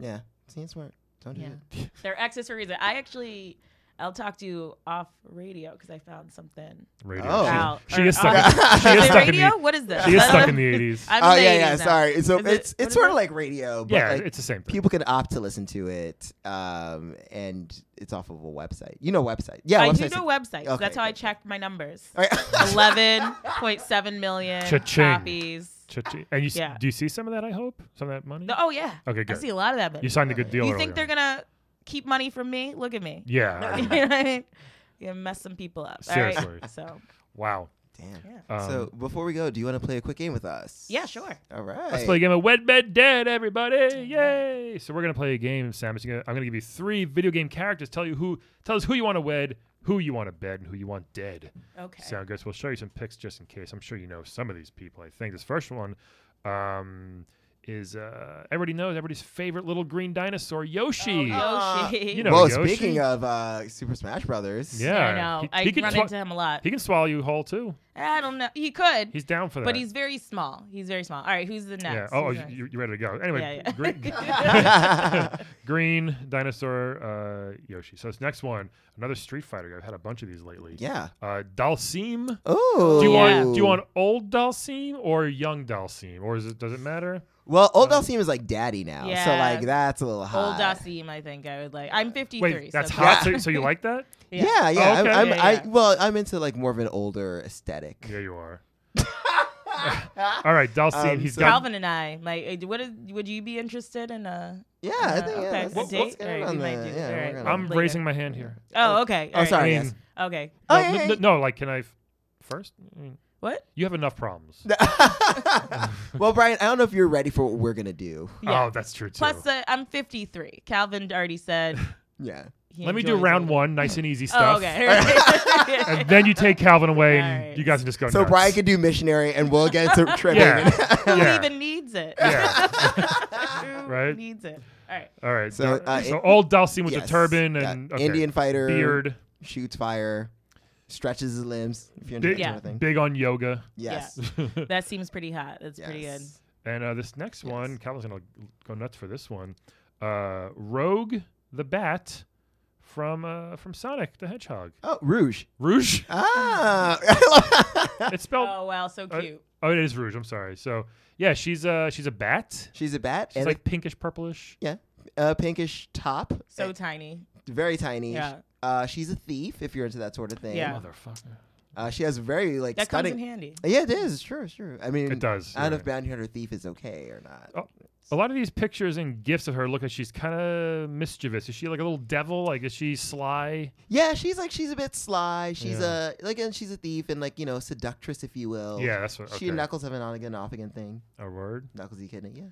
S3: Yeah. See, it's smart. Don't do
S5: Yeah.
S3: it.
S5: They're exes for a reason. I actually, I'll talk to you off radio because I found something
S1: Radio.
S3: Oh.
S5: out.
S1: She
S5: or
S1: is stuck in-
S5: on-
S1: she is
S5: it
S1: stuck in
S5: radio?
S1: the-
S5: what is this?
S1: She is
S5: I don't
S1: stuck
S5: know.
S1: in the 80s.
S5: I'm
S3: Oh
S5: in the
S3: yeah, yeah.
S5: 80s now.
S3: Sorry. So
S5: Is it-
S3: it's
S5: what
S3: it's
S5: is
S3: sort of
S5: it?
S3: like radio, but
S1: yeah,
S3: like
S1: it's the same thing.
S3: people can opt to listen to it, um, and it's off of a website. You know, website. Yeah,
S5: I do
S3: websites-
S5: know websites.
S3: Okay,
S5: That's how I
S3: good.
S5: checked my numbers.
S3: All right.
S5: Eleven point seven million
S1: Cha-ching.
S5: copies.
S1: Cha-ching. And you s-
S5: Yeah.
S1: do you see some of that? I hope some of that money.
S5: No, oh yeah.
S1: Okay,
S5: I
S1: good.
S5: see a lot of that. Money.
S1: You signed a good deal.
S5: You
S1: earlier.
S5: think they're gonna keep money from me? Look at me.
S1: Yeah.
S5: you know what I mean? You mess some people up. All
S1: Seriously.
S5: right. So
S1: wow.
S3: Damn.
S5: yeah.
S1: Um,
S3: so before we go, do you want to play a quick game with us?
S5: Yeah, sure.
S3: All right.
S1: Let's play a game of Wed Bed Dead, everybody! Yay! So we're gonna play a game, Sam. It's gonna, I'm gonna give you three video game characters. Tell you who, tell us who you want to wed, who you want to bed, and who you want dead.
S5: Okay.
S1: Sound good? So we'll show you some pics just in case. I'm sure you know some of these people. I think this first one um, is uh, everybody knows everybody's favorite little green dinosaur, Yoshi.
S5: Oh, Yoshi.
S1: You know
S3: well,
S1: Yoshi.
S3: speaking of uh, Super Smash Brothers,
S1: Yeah.
S5: I know.
S1: He-
S5: I
S1: he could
S5: run
S1: twa-
S5: into him a lot.
S1: He can swallow you whole too.
S5: I don't know. He could,
S1: He's down for that.
S5: but he's very small. He's very small. All right. Who's the
S1: yeah.
S5: next?
S1: Oh,
S5: Who's
S1: you, you ready to go? Anyway,
S5: Yeah, yeah.
S1: Green, green dinosaur uh, Yoshi. So this next one, another Street Fighter. guy. I've had a bunch of these lately.
S3: yeah.
S1: Uh, Dalsim.
S3: Oh,
S1: Do you
S5: Yeah.
S1: want do you want old Dalsim or young Dalsim or is it does it matter?
S3: Well, Old
S1: Uh,
S3: Dalsim is like daddy now, so
S5: Yeah.
S3: like that's a little hot.
S5: Old Dasim, I think I would like. I'm 53.
S1: Wait, that's
S5: so
S1: hot. So, so you like that?
S5: Yeah.
S3: Yeah, yeah.
S1: Oh, okay.
S3: I'm, I'm,
S5: Yeah, yeah.
S3: I well, I'm into like more of an older aesthetic.
S1: Yeah, you are. All right, Dalsim.
S3: Um,
S1: he's
S3: so-
S1: got.
S5: Calvin and I. Like, uh, what is? Would you be interested in uh, a?
S3: Yeah, I
S5: Uh-huh.
S3: think
S5: okay.
S3: yeah. Let's,
S5: A
S3: let's
S5: date?
S3: get
S5: All
S3: in
S5: right,
S3: on
S5: we might
S3: that.
S5: do-
S3: Yeah,
S5: all
S3: we're
S5: right.
S3: gonna-
S1: I'm
S5: later.
S1: raising my hand here.
S5: Oh, okay.
S3: Oh,
S5: all right.
S1: I
S3: sorry.
S1: mean,
S3: yes.
S5: Okay.
S3: Oh,
S1: no,
S3: yeah,
S1: no,
S3: yeah,
S1: no, no, like, can I f- first? I mean,
S5: What?
S1: you have enough problems.
S3: well, Brian, I don't know if you're ready for what we're gonna do.
S5: Yeah.
S1: Oh, that's true too.
S5: Plus, uh, I'm 53. Calvin already said.
S3: Yeah.
S5: he
S1: Let me do
S5: enjoys
S1: round
S5: it.
S1: one, nice and easy
S5: Oh,
S1: stuff.
S5: okay.
S1: And then you take Calvin away, and
S5: All right.
S1: you guys can just go.
S3: So
S1: nuts.
S3: Brian can do missionary, and we'll get to tripping.
S1: Yeah.
S5: Who
S1: Yeah.
S5: even needs it?
S1: Yeah.
S5: Who
S1: Right?
S5: needs it? All right.
S1: All right.
S3: So,
S1: So,
S3: uh,
S1: so
S3: it-
S1: old Dalsim with
S3: Yes.
S1: the turban
S3: Yeah.
S1: and okay,
S3: Indian fighter,
S1: beard,
S3: shoots fire, stretches his limbs. If you're into
S1: big,
S3: that sort of thing.
S1: big on yoga.
S3: Yes.
S5: That seems pretty hot. That's pretty good.
S3: Yes.
S1: And uh, this next one, Calvin's gonna go nuts for this one. Uh, Rogue the Bat from uh, from Sonic the Hedgehog.
S3: Oh, Rouge.
S1: Rouge.
S3: Ah.
S5: Uh-huh.
S1: It's spelled.
S5: Oh wow, so
S1: uh,
S5: cute.
S1: oh, it is Rouge. I'm sorry. So yeah, she's uh she's a bat.
S3: She's a bat
S1: She's
S3: and
S1: like pinkish purplish.
S3: a, yeah, a pinkish top.
S5: so
S3: eh,
S5: tiny.
S3: very tiny.
S5: Yeah.
S3: Uh, she's a thief if you're into that sort of thing.
S5: Yeah.
S1: Motherfucker.
S3: Uh, she has very like
S5: That comes
S3: stunning.
S5: in handy.
S3: Yeah, it is. It's true. It's true. I mean,
S1: It does,
S3: I don't know
S1: you're
S3: if bounty hunter thief is okay or not.
S1: Oh, A lot of these pictures and gifts of her look like she's kind of mischievous. Is she like a little devil? Like, is she sly?
S3: Yeah, she's like she's a bit sly. She's
S1: Yeah.
S3: a like and she's a thief and like you know seductress, if you will.
S1: Yeah, that's what.
S3: She
S1: Okay.
S3: and Knuckles have an on again, off again thing.
S1: a word.
S3: Knuckles, you kidding? Yeah.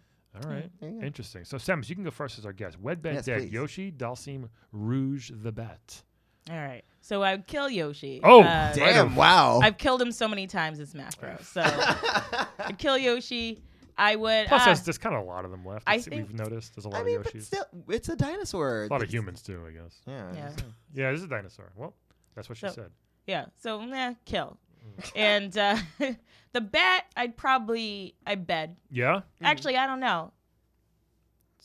S1: All right.
S3: there you go.
S1: Interesting. So, Samus, you can go first as our guest. Wedband
S3: Yes,
S1: Dead,
S3: please.
S1: Yoshi, Dalsim, Rouge the Bat.
S5: All right. So I would kill Yoshi.
S1: Oh,
S5: Uh,
S1: Right
S3: Damn!
S1: on.
S3: Wow.
S5: I've killed him so many times. It's macro. So I'd kill Yoshi. I would.
S1: Plus,
S5: uh,
S1: there's, there's kind of a lot of them left.
S5: I
S1: It's-
S5: think-
S1: we've noticed there's a lot
S3: I mean,
S1: of
S3: but
S1: Yoshis.
S3: still, it's a dinosaur.
S1: Oh, A lot of
S3: It's-
S1: humans too, I guess.
S3: Yeah.
S5: Yeah.
S1: Yeah, this is a dinosaur. Well, that's what she
S5: So-
S1: said.
S5: Yeah. So nah, kill. and uh, the bat, I'd probably I bed.
S1: Yeah,
S5: Actually, I don't know.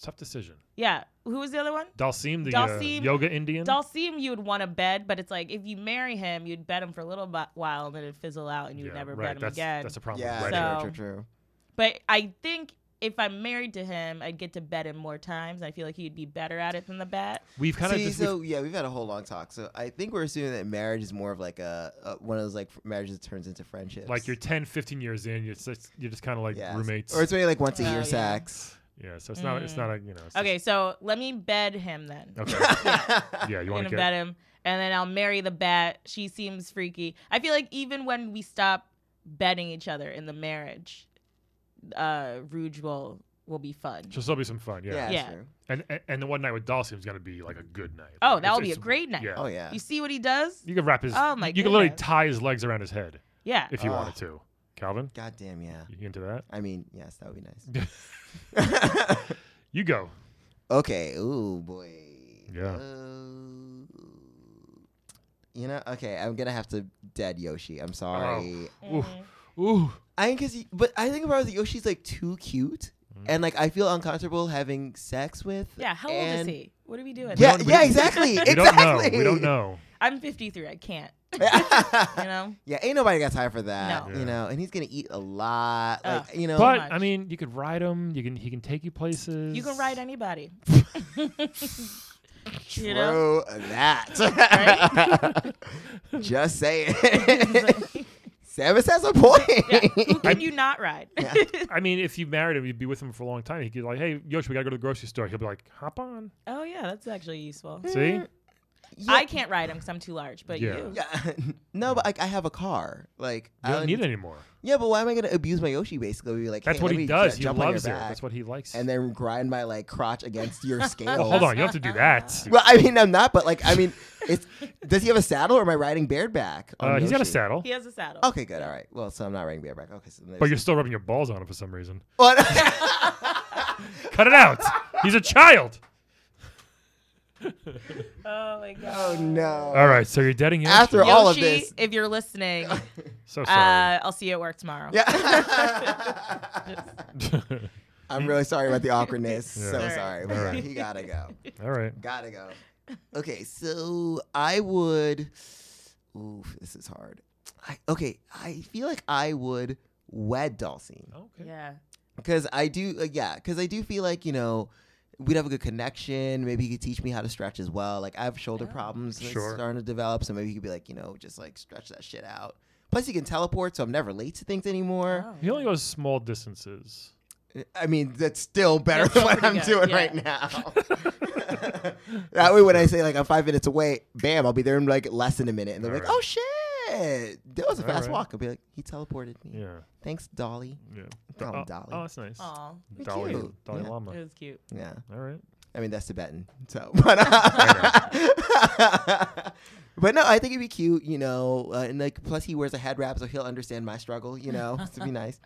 S1: tough decision.
S5: Yeah. Who was the other one?
S1: Dalsim, the uh,
S5: Dalsim-
S1: yoga Indian.
S5: Dalsim, you would want to bed, but it's like if you marry him, you'd bed him for a little bu- while and then it'd fizzle out and you'd
S1: yeah,
S5: never
S1: right.
S5: bed him
S1: that's,
S5: again.
S1: That's a problem.
S3: Yeah.
S1: Right.
S5: So-
S3: True. True. True.
S5: but I think if I'm married to him, I'd get to bed him more times. I feel like he'd be better at it than the bat.
S1: We've kind of
S3: See,
S1: just.
S3: so yeah, we've had a whole long talk. So I think we're assuming that marriage is more of like a, a one of those like marriages that turns into friendships.
S1: like you're 10, 15 years in, you're just, you're just kind of like
S3: Yes.
S1: roommates.
S3: or it's maybe like once a
S5: Oh,
S3: year
S5: yeah.
S3: sex.
S1: yeah, so it's not it's not a you know. it's
S5: Okay, so let me bed him then.
S1: just- okay. yeah, you
S5: I'm
S1: want
S5: gonna
S1: to get
S5: bet him, and then I'll marry the bat. She seems freaky. I feel like even when we stop betting each other in the marriage, uh, Rouge will will be fun.
S1: So there'll be some fun, yeah.
S3: Yeah.
S5: Yeah.
S3: True.
S1: And, and and the one night with Dalsim is gonna be like a good night.
S5: Oh,
S1: Like,
S5: that
S1: it's-
S5: will be a
S1: it's-
S5: great night.
S1: Yeah.
S3: Oh yeah.
S5: You see what he does?
S1: You can wrap his.
S5: Oh, my
S1: You can literally
S5: goodness.
S1: tie his legs around his head
S5: Yeah.
S1: if you
S3: Ah.
S1: wanted to. Calvin,
S3: God damn. Yeah.
S1: you into that?
S3: I mean, yes, that would be nice.
S1: You go.
S3: okay. Ooh boy.
S1: Yeah.
S3: Ooh. you know. Okay. I'm gonna have to dead Yoshi. I'm sorry.
S1: Oh.
S5: Mm.
S1: Ooh, ooh.
S3: I think because, but I think about it, Yoshi's like too cute,
S1: Mm-hmm.
S3: and like I feel uncomfortable having sex with.
S5: Yeah. How old
S3: and-
S5: is he? What are we doing?
S3: Yeah,
S1: don't- we-
S3: yeah, exactly.
S1: We
S3: exactly.
S1: don't know. We don't know.
S5: I'm 53. I can't. You know.
S3: yeah, ain't nobody got time for
S5: No.
S3: that.
S1: Yeah.
S3: You know, and he's gonna eat a lot.
S5: Ugh.
S3: Like, you know,
S1: But
S5: much.
S1: I mean, you could ride him. You can. He can take you places.
S5: You can ride anybody.
S3: throw
S5: you know.
S3: that. Just saying. Samus has a point.
S5: Who can you not ride?
S1: I mean, if you married him, you'd be with him for a long time. He could like, hey, Yoshi, we gotta go to the grocery store. He'll be like, hop on.
S5: oh yeah, that's actually useful.
S1: See?
S3: Yeah.
S5: I can't ride him because I'm too large, but
S1: Yeah.
S5: you.
S3: Yeah. No, but like I have a car. Like
S1: You
S3: I
S1: don't need
S3: would-
S1: it anymore.
S3: Yeah, but why am I gonna abuse my Yoshi? Basically, be like
S1: That's
S3: "Hey,
S1: what
S3: let
S1: he
S3: me
S1: does.
S3: ju-
S1: He
S3: jump on your
S1: loves it.
S3: back."
S1: That's what he likes.
S3: and then grind my like crotch against your scale.
S1: well, hold on. You don't have to do that.
S3: Well, I mean, I'm not, but like, I mean, it's does he have a saddle or am I riding bareback? on
S1: Uh, he's got a
S3: Yoshi?
S1: saddle,
S5: He has a saddle.
S3: Okay, good. All right. Well, so I'm not riding bareback. Okay, so
S1: but you're still rubbing your balls on him for some reason.
S3: Well,
S1: Cut it out. He's a child.
S5: Oh my god.
S3: oh no.
S1: All right, so you're dating Yoshi.
S3: After all- of
S5: Yoshi,
S3: this.
S5: if you're listening, uh,
S1: so sorry.
S5: I'll see you at work tomorrow.
S3: Yeah. I'm really sorry about the awkwardness.
S1: Yeah.
S3: So
S1: All
S5: right.
S3: sorry. But
S1: All
S3: yeah,
S1: right.
S3: he gotta go.
S1: all right.
S3: Gotta go. Okay, so I would. Oof, this is hard. I, okay, I feel like I would wed Dulcine.
S1: Okay.
S5: Yeah.
S3: because I do, uh, yeah, because I do feel like you know we'd have a good connection. Maybe he could teach me how to stretch as well. Like I have shoulder problems that's
S1: Sure.
S3: starting to develop, so maybe he could be like, you know, just like stretch that shit out. Plus, he can teleport, so I'm never late to things anymore.
S5: Oh.
S3: Uh,
S1: He only goes small distances.
S3: I mean, that's still better
S5: That's
S3: than what
S5: pretty good,
S3: I'm doing
S5: yeah.
S3: right now. that way, when I say like I'm five minutes away, bam, I'll be there in like less than a minute, and they're
S1: All
S3: like,
S1: right.
S3: oh shit, that was a
S1: All
S3: fast
S1: right.
S3: walk. I'll be like, he teleported me.
S1: Yeah.
S3: Thanks, Dolly.
S1: Yeah.
S3: Call him
S1: oh,
S3: Dolly.
S1: oh, that's nice.
S5: Aw.
S3: Pretty
S1: Dolly,
S3: cute.
S1: Dalai
S3: Yeah.
S1: Lama.
S5: It was cute.
S3: Yeah.
S1: All right.
S3: I mean, that's Tibetan. So, but, uh, but no, I think it'd be cute, you know. Uh, and like, plus he wears a head wrap, so he'll understand my struggle, you know. to be nice.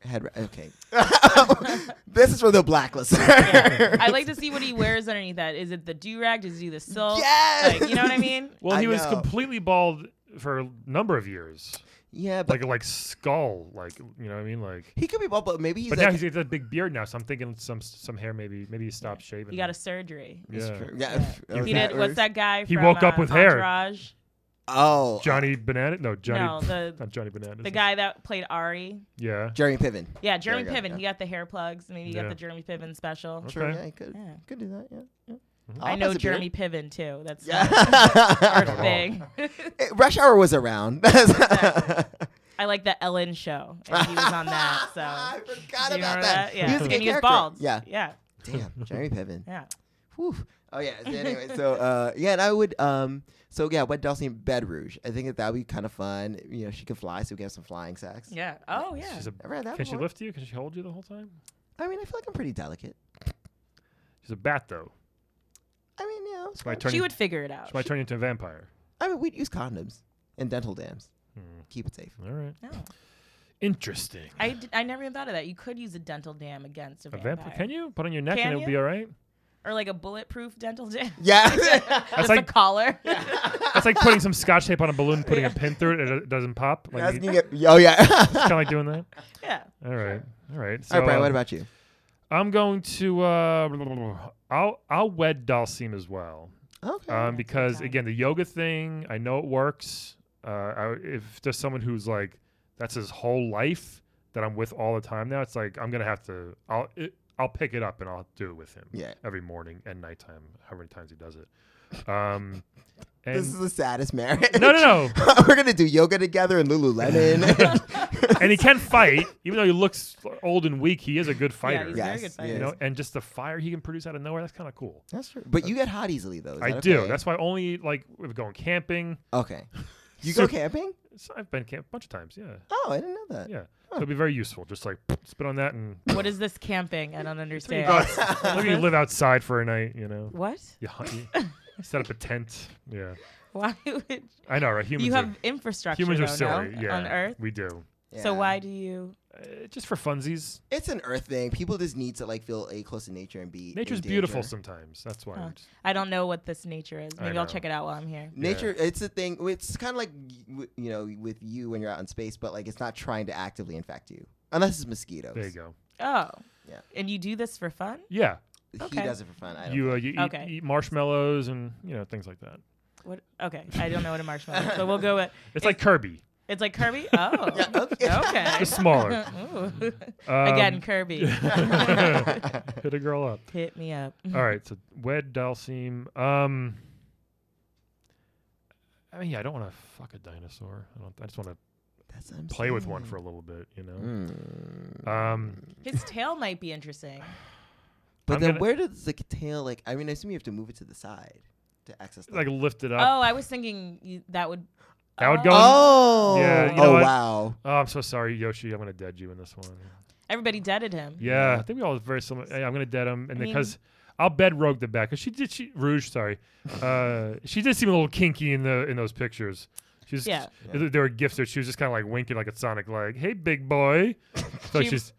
S3: Head wrap. Okay. this is for the black listener.
S5: I like to see what he wears underneath that. Is it the do rag? Does he do the silk?
S3: Yes.
S5: Like, you know what I mean?
S1: Well,
S3: I
S1: he was
S3: know.
S1: completely bald for a number of years,
S3: yeah, but
S1: like like skull, like you know what I mean, like.
S3: he could be bald, but maybe he's
S1: but now
S3: like.
S1: he's got that big beard now, so I'm thinking some some hair maybe maybe he stopped shaving.
S5: He got a surgery.
S1: yeah.
S3: yeah.
S1: He
S5: He
S3: okay.
S5: did. What's that guy?
S1: He
S5: from,
S1: woke up
S5: uh,
S1: with hair.
S5: Entourage?
S3: Oh,
S1: Johnny Banana. No, Johnny.
S5: No, the
S1: not Johnny Bananas.
S5: the guy that played Ari.
S1: Yeah.
S3: Jeremy Piven.
S5: Yeah, Jeremy
S3: There you go,
S5: Piven. He got the hair plugs. Maybe he
S1: Yeah.
S5: got the Jeremy Piven
S1: Okay.
S5: special.
S1: Mm-hmm.
S3: Sure, yeah, he could
S5: Yeah.
S3: could do that. Yeah, yeah.
S5: I
S3: I'll
S5: know
S3: pass Oh, a beer.
S5: Jeremy Piven too. That's not
S3: Yeah. Eh,
S5: our thing.
S3: Rush hour was around.
S5: I like the Ellen show, and he was on that. So
S3: I forgot
S5: Do you
S3: about
S5: remember
S3: that.
S5: Yeah,
S3: He was a
S5: and
S3: good
S5: he was
S3: character.
S5: bald.
S3: Yeah.
S5: yeah,
S3: Damn, Jeremy Piven.
S5: yeah.
S3: Whew. Oh yeah. So anyway, so uh, yeah, and I would um, so yeah, Wet Dulcie in Bed Rouge. I think that that would be kind of fun. You know, she could fly, so we can have some flying sex.
S5: Yeah. Oh, yeah.
S1: She's a,
S3: I read that
S1: can she
S3: before.
S1: lift you? Can she hold you the whole time?
S3: I mean, I feel like I'm pretty delicate.
S1: She's a bat, though.
S3: I mean, you know, it's
S1: She might
S3: fine.
S1: turn,
S5: Oh, She
S1: you,
S5: would figure it out.
S1: she might turn you into a vampire.
S3: I mean, we'd use condoms and dental dams.
S1: Hmm.
S3: Keep it safe.
S1: All right.
S5: No.
S1: Interesting.
S5: I, d- I never even thought of that. You could use a dental dam against a
S1: A
S5: vampire.
S1: vampire? Can you put on your neck
S5: Can
S1: and it'll be
S5: you?
S1: all right?
S5: Or like a bulletproof dental dam.
S3: Yeah.
S5: That's
S1: like-
S5: a collar.
S1: That's like putting some scotch tape on a balloon, putting a pin through it, and it doesn't pop. Like,
S3: That's
S1: you-
S3: gonna get, oh yeah.
S1: kind of like doing that.
S5: yeah.
S1: All right, all right. So,
S3: All right, Brian.
S1: uh,
S3: What about you?
S1: I'm going to. Uh, I'll I'll wed Dalcine as well,
S3: Okay.
S1: um,
S5: good
S1: because
S5: time.
S1: again, the yoga thing. I know it works. Uh, I, if there's someone who's like that's his whole life that I'm with all the time now, it's like I'm gonna have to. I'll it, I'll pick it up and I'll do it with him
S3: yeah.
S1: every morning and nighttime, however many times he does it. Um, and
S3: This is the saddest marriage.
S1: um, no, no, no.
S3: We're gonna do yoga together in Lululemon.
S1: and he can fight, even though he looks old and weak. He is a good fighter.
S5: Yeah, he's a
S3: Yeah.
S5: very
S3: Yes,
S5: good fighter.
S1: you know, and just the fire he can produce out of nowhere—that's kind of cool.
S3: That's true. But you get hot easily though. Is
S1: I
S3: that
S1: do.
S3: okay?
S1: That's why only like we're going camping.
S3: okay. You
S1: So-
S3: go camping?
S1: So I've been camp a bunch of times. Yeah,
S3: Oh, I didn't know that.
S1: yeah. So it'll be very useful. Just like spit on that and
S5: What is this camping? I don't understand.
S1: maybe you live outside for a night. You know,
S5: what?
S1: you, hunt- you set up a tent. Yeah,
S5: Why would
S1: I know, right? Humans
S5: you
S1: are,
S5: have infrastructure
S1: humans are
S5: though,
S1: silly.
S5: no?
S1: Yeah,
S5: on Earth?
S1: we do.
S5: So
S3: Yeah.
S5: why do you?
S1: Uh, just for funsies.
S3: It's an earth thing. People just need to like feel a close to nature and be.
S1: Nature's
S3: in danger.
S1: beautiful sometimes. That's why.
S5: Huh.
S1: we just-
S5: I don't know what this nature is.
S1: I
S5: Maybe I'll
S1: know.
S5: check it out while I'm here.
S3: Nature, it's a thing. It's kind of like y- you know, with you when you're out in space, but like it's not trying to actively infect you, unless it's mosquitoes.
S1: there you go.
S5: Oh.
S3: Yeah.
S5: And you do this for fun?
S1: Yeah,
S3: He
S5: Okay.
S3: does it for fun. I don't.
S1: you uh, you eat,
S5: Okay.
S1: eat marshmallows and you know things like that.
S5: What? Okay, I don't know what a marshmallow is, but we'll go with.
S1: It's like Kirby,
S5: It's like Kirby. Oh.
S3: Yeah, okay.
S5: okay.
S1: just smaller.
S5: Ooh.
S1: Um,
S5: Again, Kirby.
S1: hit a girl up.
S5: Hit me up.
S1: All right, so wed Dalseem. Um, I mean, yeah, I don't want to fuck a dinosaur. I don't. I just want to
S3: That's what I'm
S1: play with one
S3: saying.
S1: for a little bit, you know.
S3: Mm.
S1: Um,
S5: His tail might be interesting.
S3: But
S1: I'm
S3: then,
S1: gonna-
S3: where does the tail like? I mean, I assume you have to move it to the side to access. The
S1: like lift it up.
S5: Oh, I was thinking you, that would.
S1: Uh, That would go in-
S3: oh,
S1: Yeah, you know
S3: oh
S1: what?
S3: wow.
S1: Oh, I'm so sorry, Yoshi. I'm gonna dead you in this one.
S5: Everybody deaded him.
S1: Yeah, I think we all very similar. I- I'm gonna dead him, and
S5: I
S1: because I'll bed Rogue the back. Cause she did. She Rouge, sorry. Uh, she did seem a little kinky in the in those pictures. She's
S5: Yeah.
S1: There were gifts that she was just kind of like winking like a Sonic, like "Hey, big boy." So
S5: She-
S1: she's.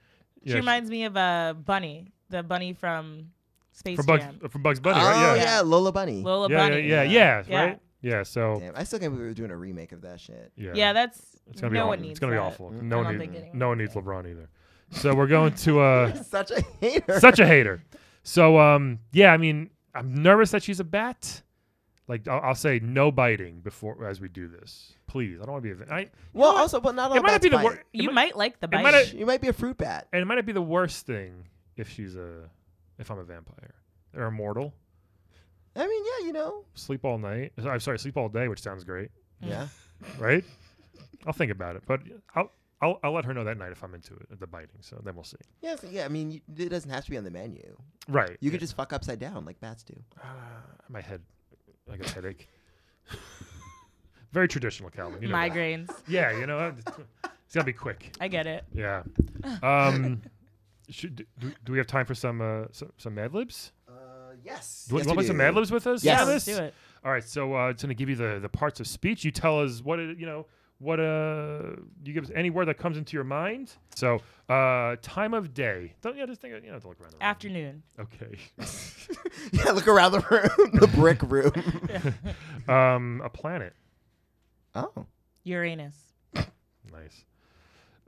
S5: She reminds me of a bunny, the bunny from Space
S1: from Bugs,
S5: Jam.
S1: from Bugs Bunny,
S3: oh
S1: right? Yeah.
S3: yeah. Lola Bunny.
S5: Lola
S1: yeah,
S5: Bunny.
S1: Yeah, yeah, yeah,
S5: Yeah.
S1: right? Yeah, so
S3: Damn, I still can't believe we were doing a remake of that shit.
S1: yeah.
S5: Yeah, that's.
S1: it's gonna be
S5: no one
S1: awful.
S5: needs
S1: It's gonna be
S5: that.
S1: awful.
S3: Mm.
S1: No
S5: I
S1: one
S5: don't
S1: needs
S5: think anyone
S1: no one
S5: needs
S1: needs LeBron either. So we're going to uh
S3: Such a hater.
S1: such a hater. So um yeah, I mean, I'm nervous that she's a bat. Like I'll, I'll say no biting before as we do this. Please. I don't want to be a I,
S3: well, also, but not all
S1: it might not
S3: bats
S1: be the
S3: bite.
S1: worst
S5: You might like the
S1: might
S5: bite.
S1: have-
S3: You might be a fruit bat.
S1: and it might not be the worst thing if she's a if I'm a vampire or immortal.
S3: I mean, yeah, you know.
S1: Sleep all night. I'm sorry, sleep all day, which sounds great,
S3: Yeah.
S1: right? I'll think about it, but I'll I'll, I'll let her know that night if I'm into it, the biting. So then we'll see.
S3: Yes, yeah, I mean, you- it doesn't have to be on the menu.
S1: Right.
S3: You could just fuck upside down like bats do.
S1: Uh, my head, I got a headache. Very traditional, Calvin. You know that.
S5: Migraines.
S1: Yeah, you know, I- it's got to be quick.
S5: I get it.
S1: Yeah. Um, should do, do we have time for some uh, some, some Mad Libs?
S3: Uh, yes.
S1: Do you want to play some Mad Libs with us?
S3: Yes.
S5: Yeah,
S1: Travis?
S5: let's do it.
S1: All right. So uh, it's going to give you the the parts of speech. You tell us what it, you know. What uh, you give us any word that comes into your mind. So uh, time of day. Don't yeah, just think. of- You know, to look around. the room.
S5: Afternoon.
S1: Okay.
S3: yeah, look around the room, the brick room.
S1: Um, a planet.
S3: oh,
S5: Uranus.
S1: Nice.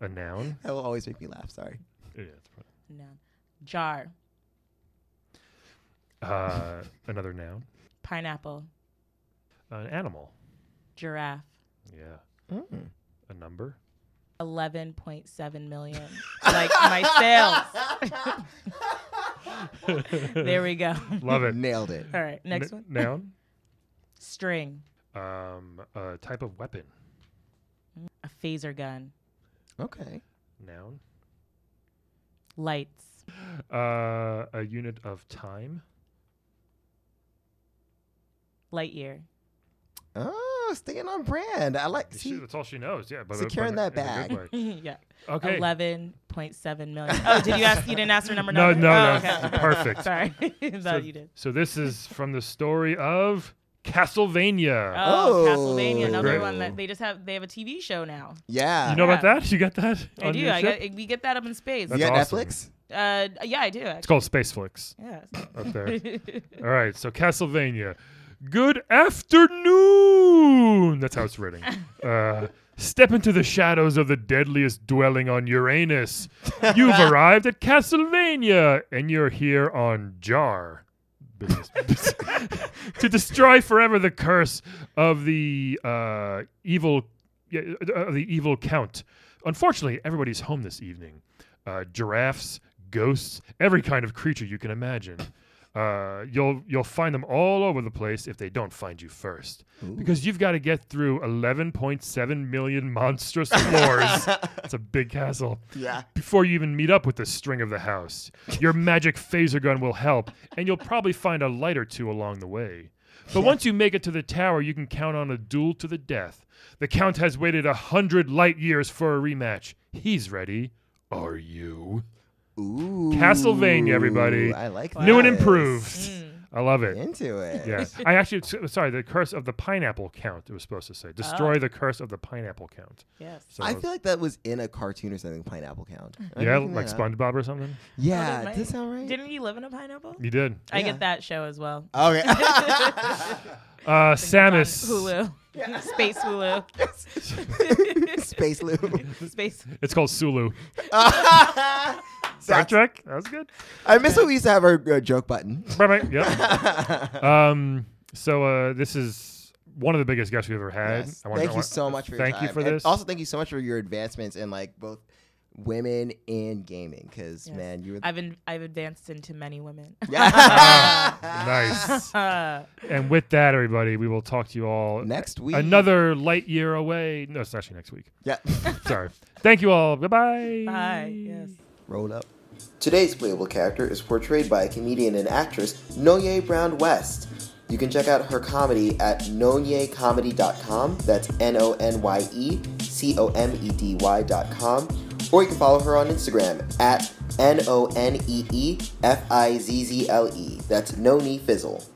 S1: A noun.
S3: that will always make me laugh. Sorry.
S1: Yeah, it's fine.
S5: No. Jar.
S1: Uh, another noun.
S5: Pineapple.
S1: An animal.
S5: Giraffe.
S1: Yeah. A number.
S5: 11.7 million. like my sales. there we go.
S1: Love it.
S3: Nailed it.
S5: All right, next
S1: N-
S5: one.
S1: Noun.
S5: String.
S1: Um, a type of weapon.
S5: A phaser gun.
S3: Okay.
S1: Noun.
S5: Lights.
S1: Uh, a unit of time.
S5: Light year.
S3: Oh, staying on brand. I like
S1: She-
S3: see.
S1: that's all she knows. Yeah, but
S3: Securing
S1: but
S3: that
S1: in a good way.
S5: yeah.
S1: Okay.
S5: Eleven point seven million. Oh, did you ask? You didn't ask for number
S1: No,
S5: nine?
S1: no,
S5: Oh,
S1: no.
S5: okay.
S1: Perfect.
S5: Sorry,
S1: So,
S5: thought you did.
S1: so this is from the story of Castlevania.
S5: Oh,
S3: Oh.
S5: Castlevania, another
S1: Great.
S5: one that they just have. They have a TV show now.
S3: Yeah.
S1: you know about
S5: yeah.
S1: that? You got that?
S5: I
S1: on
S5: do.
S1: your
S5: I
S1: ship?
S5: get, we get that up in space.
S3: you
S1: That's
S3: got
S1: awesome.
S3: Netflix?
S5: Uh, yeah, I do.
S1: It's
S5: Actually.
S1: called Space Flicks
S5: Yeah.
S1: up there. all right. So Castlevania. Good afternoon. That's how it's written. Uh, step into the shadows of the deadliest dwelling on Uranus. You've arrived at Castlevania, and you're here on Jar. Business. to destroy forever the curse of the uh, evil, yeah, uh, of the evil count. Unfortunately, everybody's home this evening. Uh, giraffes, ghosts, every kind of creature you can imagine. Uh, you'll you'll find them all over the place if they don't find you first, because you've got to get through 11.7 million monstrous floors. It's a big castle
S3: Yeah.
S1: before you even meet up with the string of the house. Your magic phaser gun will help, and you'll probably find a light or two along the way. But once you make it to the tower, you can count on a duel to the death. The Count has waited a hundred light years for a rematch. He's ready. Are you?
S3: Ooh.
S1: Castlevania, everybody.
S3: I like
S1: New and
S3: this.
S1: improved.
S3: Hmm.
S1: I love it.
S3: Into it.
S1: Yeah. I actually, s- sorry, the curse of the pineapple count, it was supposed to say. Destroy the curse of the pineapple count.
S5: yes.
S1: So,
S3: Oh. I feel like that was in a cartoon or something, Pineapple Count. I'm
S1: yeah,
S3: making
S1: like
S3: that up.
S1: SpongeBob or something?
S5: Oh,
S3: Yeah,
S5: that
S3: does that
S5: might-
S3: sound right?
S5: Didn't he live in a pineapple?
S1: You did.
S5: I
S3: Yeah.
S5: get that show as well.
S3: okay.
S1: Uh,
S5: On
S1: Samus.
S5: Hulu. Space Hulu.
S3: Space Loop.
S5: Space.
S1: It's called Sulu. Star
S3: That's-
S1: Trek. That was good.
S3: I miss when we used to have our uh, joke button.
S1: Bye bye. Yep. um. So uh, this is one of the biggest guests we've ever had.
S3: Yes.
S1: I wanna-
S3: Thank
S1: I
S3: you
S1: wanna-
S3: so much for your
S1: thank you
S3: time.
S1: for
S3: And
S1: this.
S3: Also, thank you so much for your advancements in like both women and gaming. Because
S5: Yes.
S3: man, you were
S5: I've been. I've advanced into many women.
S1: nice.
S5: Uh,
S1: and with that, everybody, we will talk to you all
S3: next week
S1: another light year away. No, it's actually next week.
S3: yeah
S1: Sorry. Thank you all. Goodbye.
S5: bye. Yes.
S3: roll up. Today's playable character is portrayed by comedian and actress Noye Brown West. You can check out her comedy at nonyecomedy.com. That's N O N Y E C O M E D Y.com. Or you can follow her on Instagram at N O N E E F I Z Z L E. That's Noni Fizzle.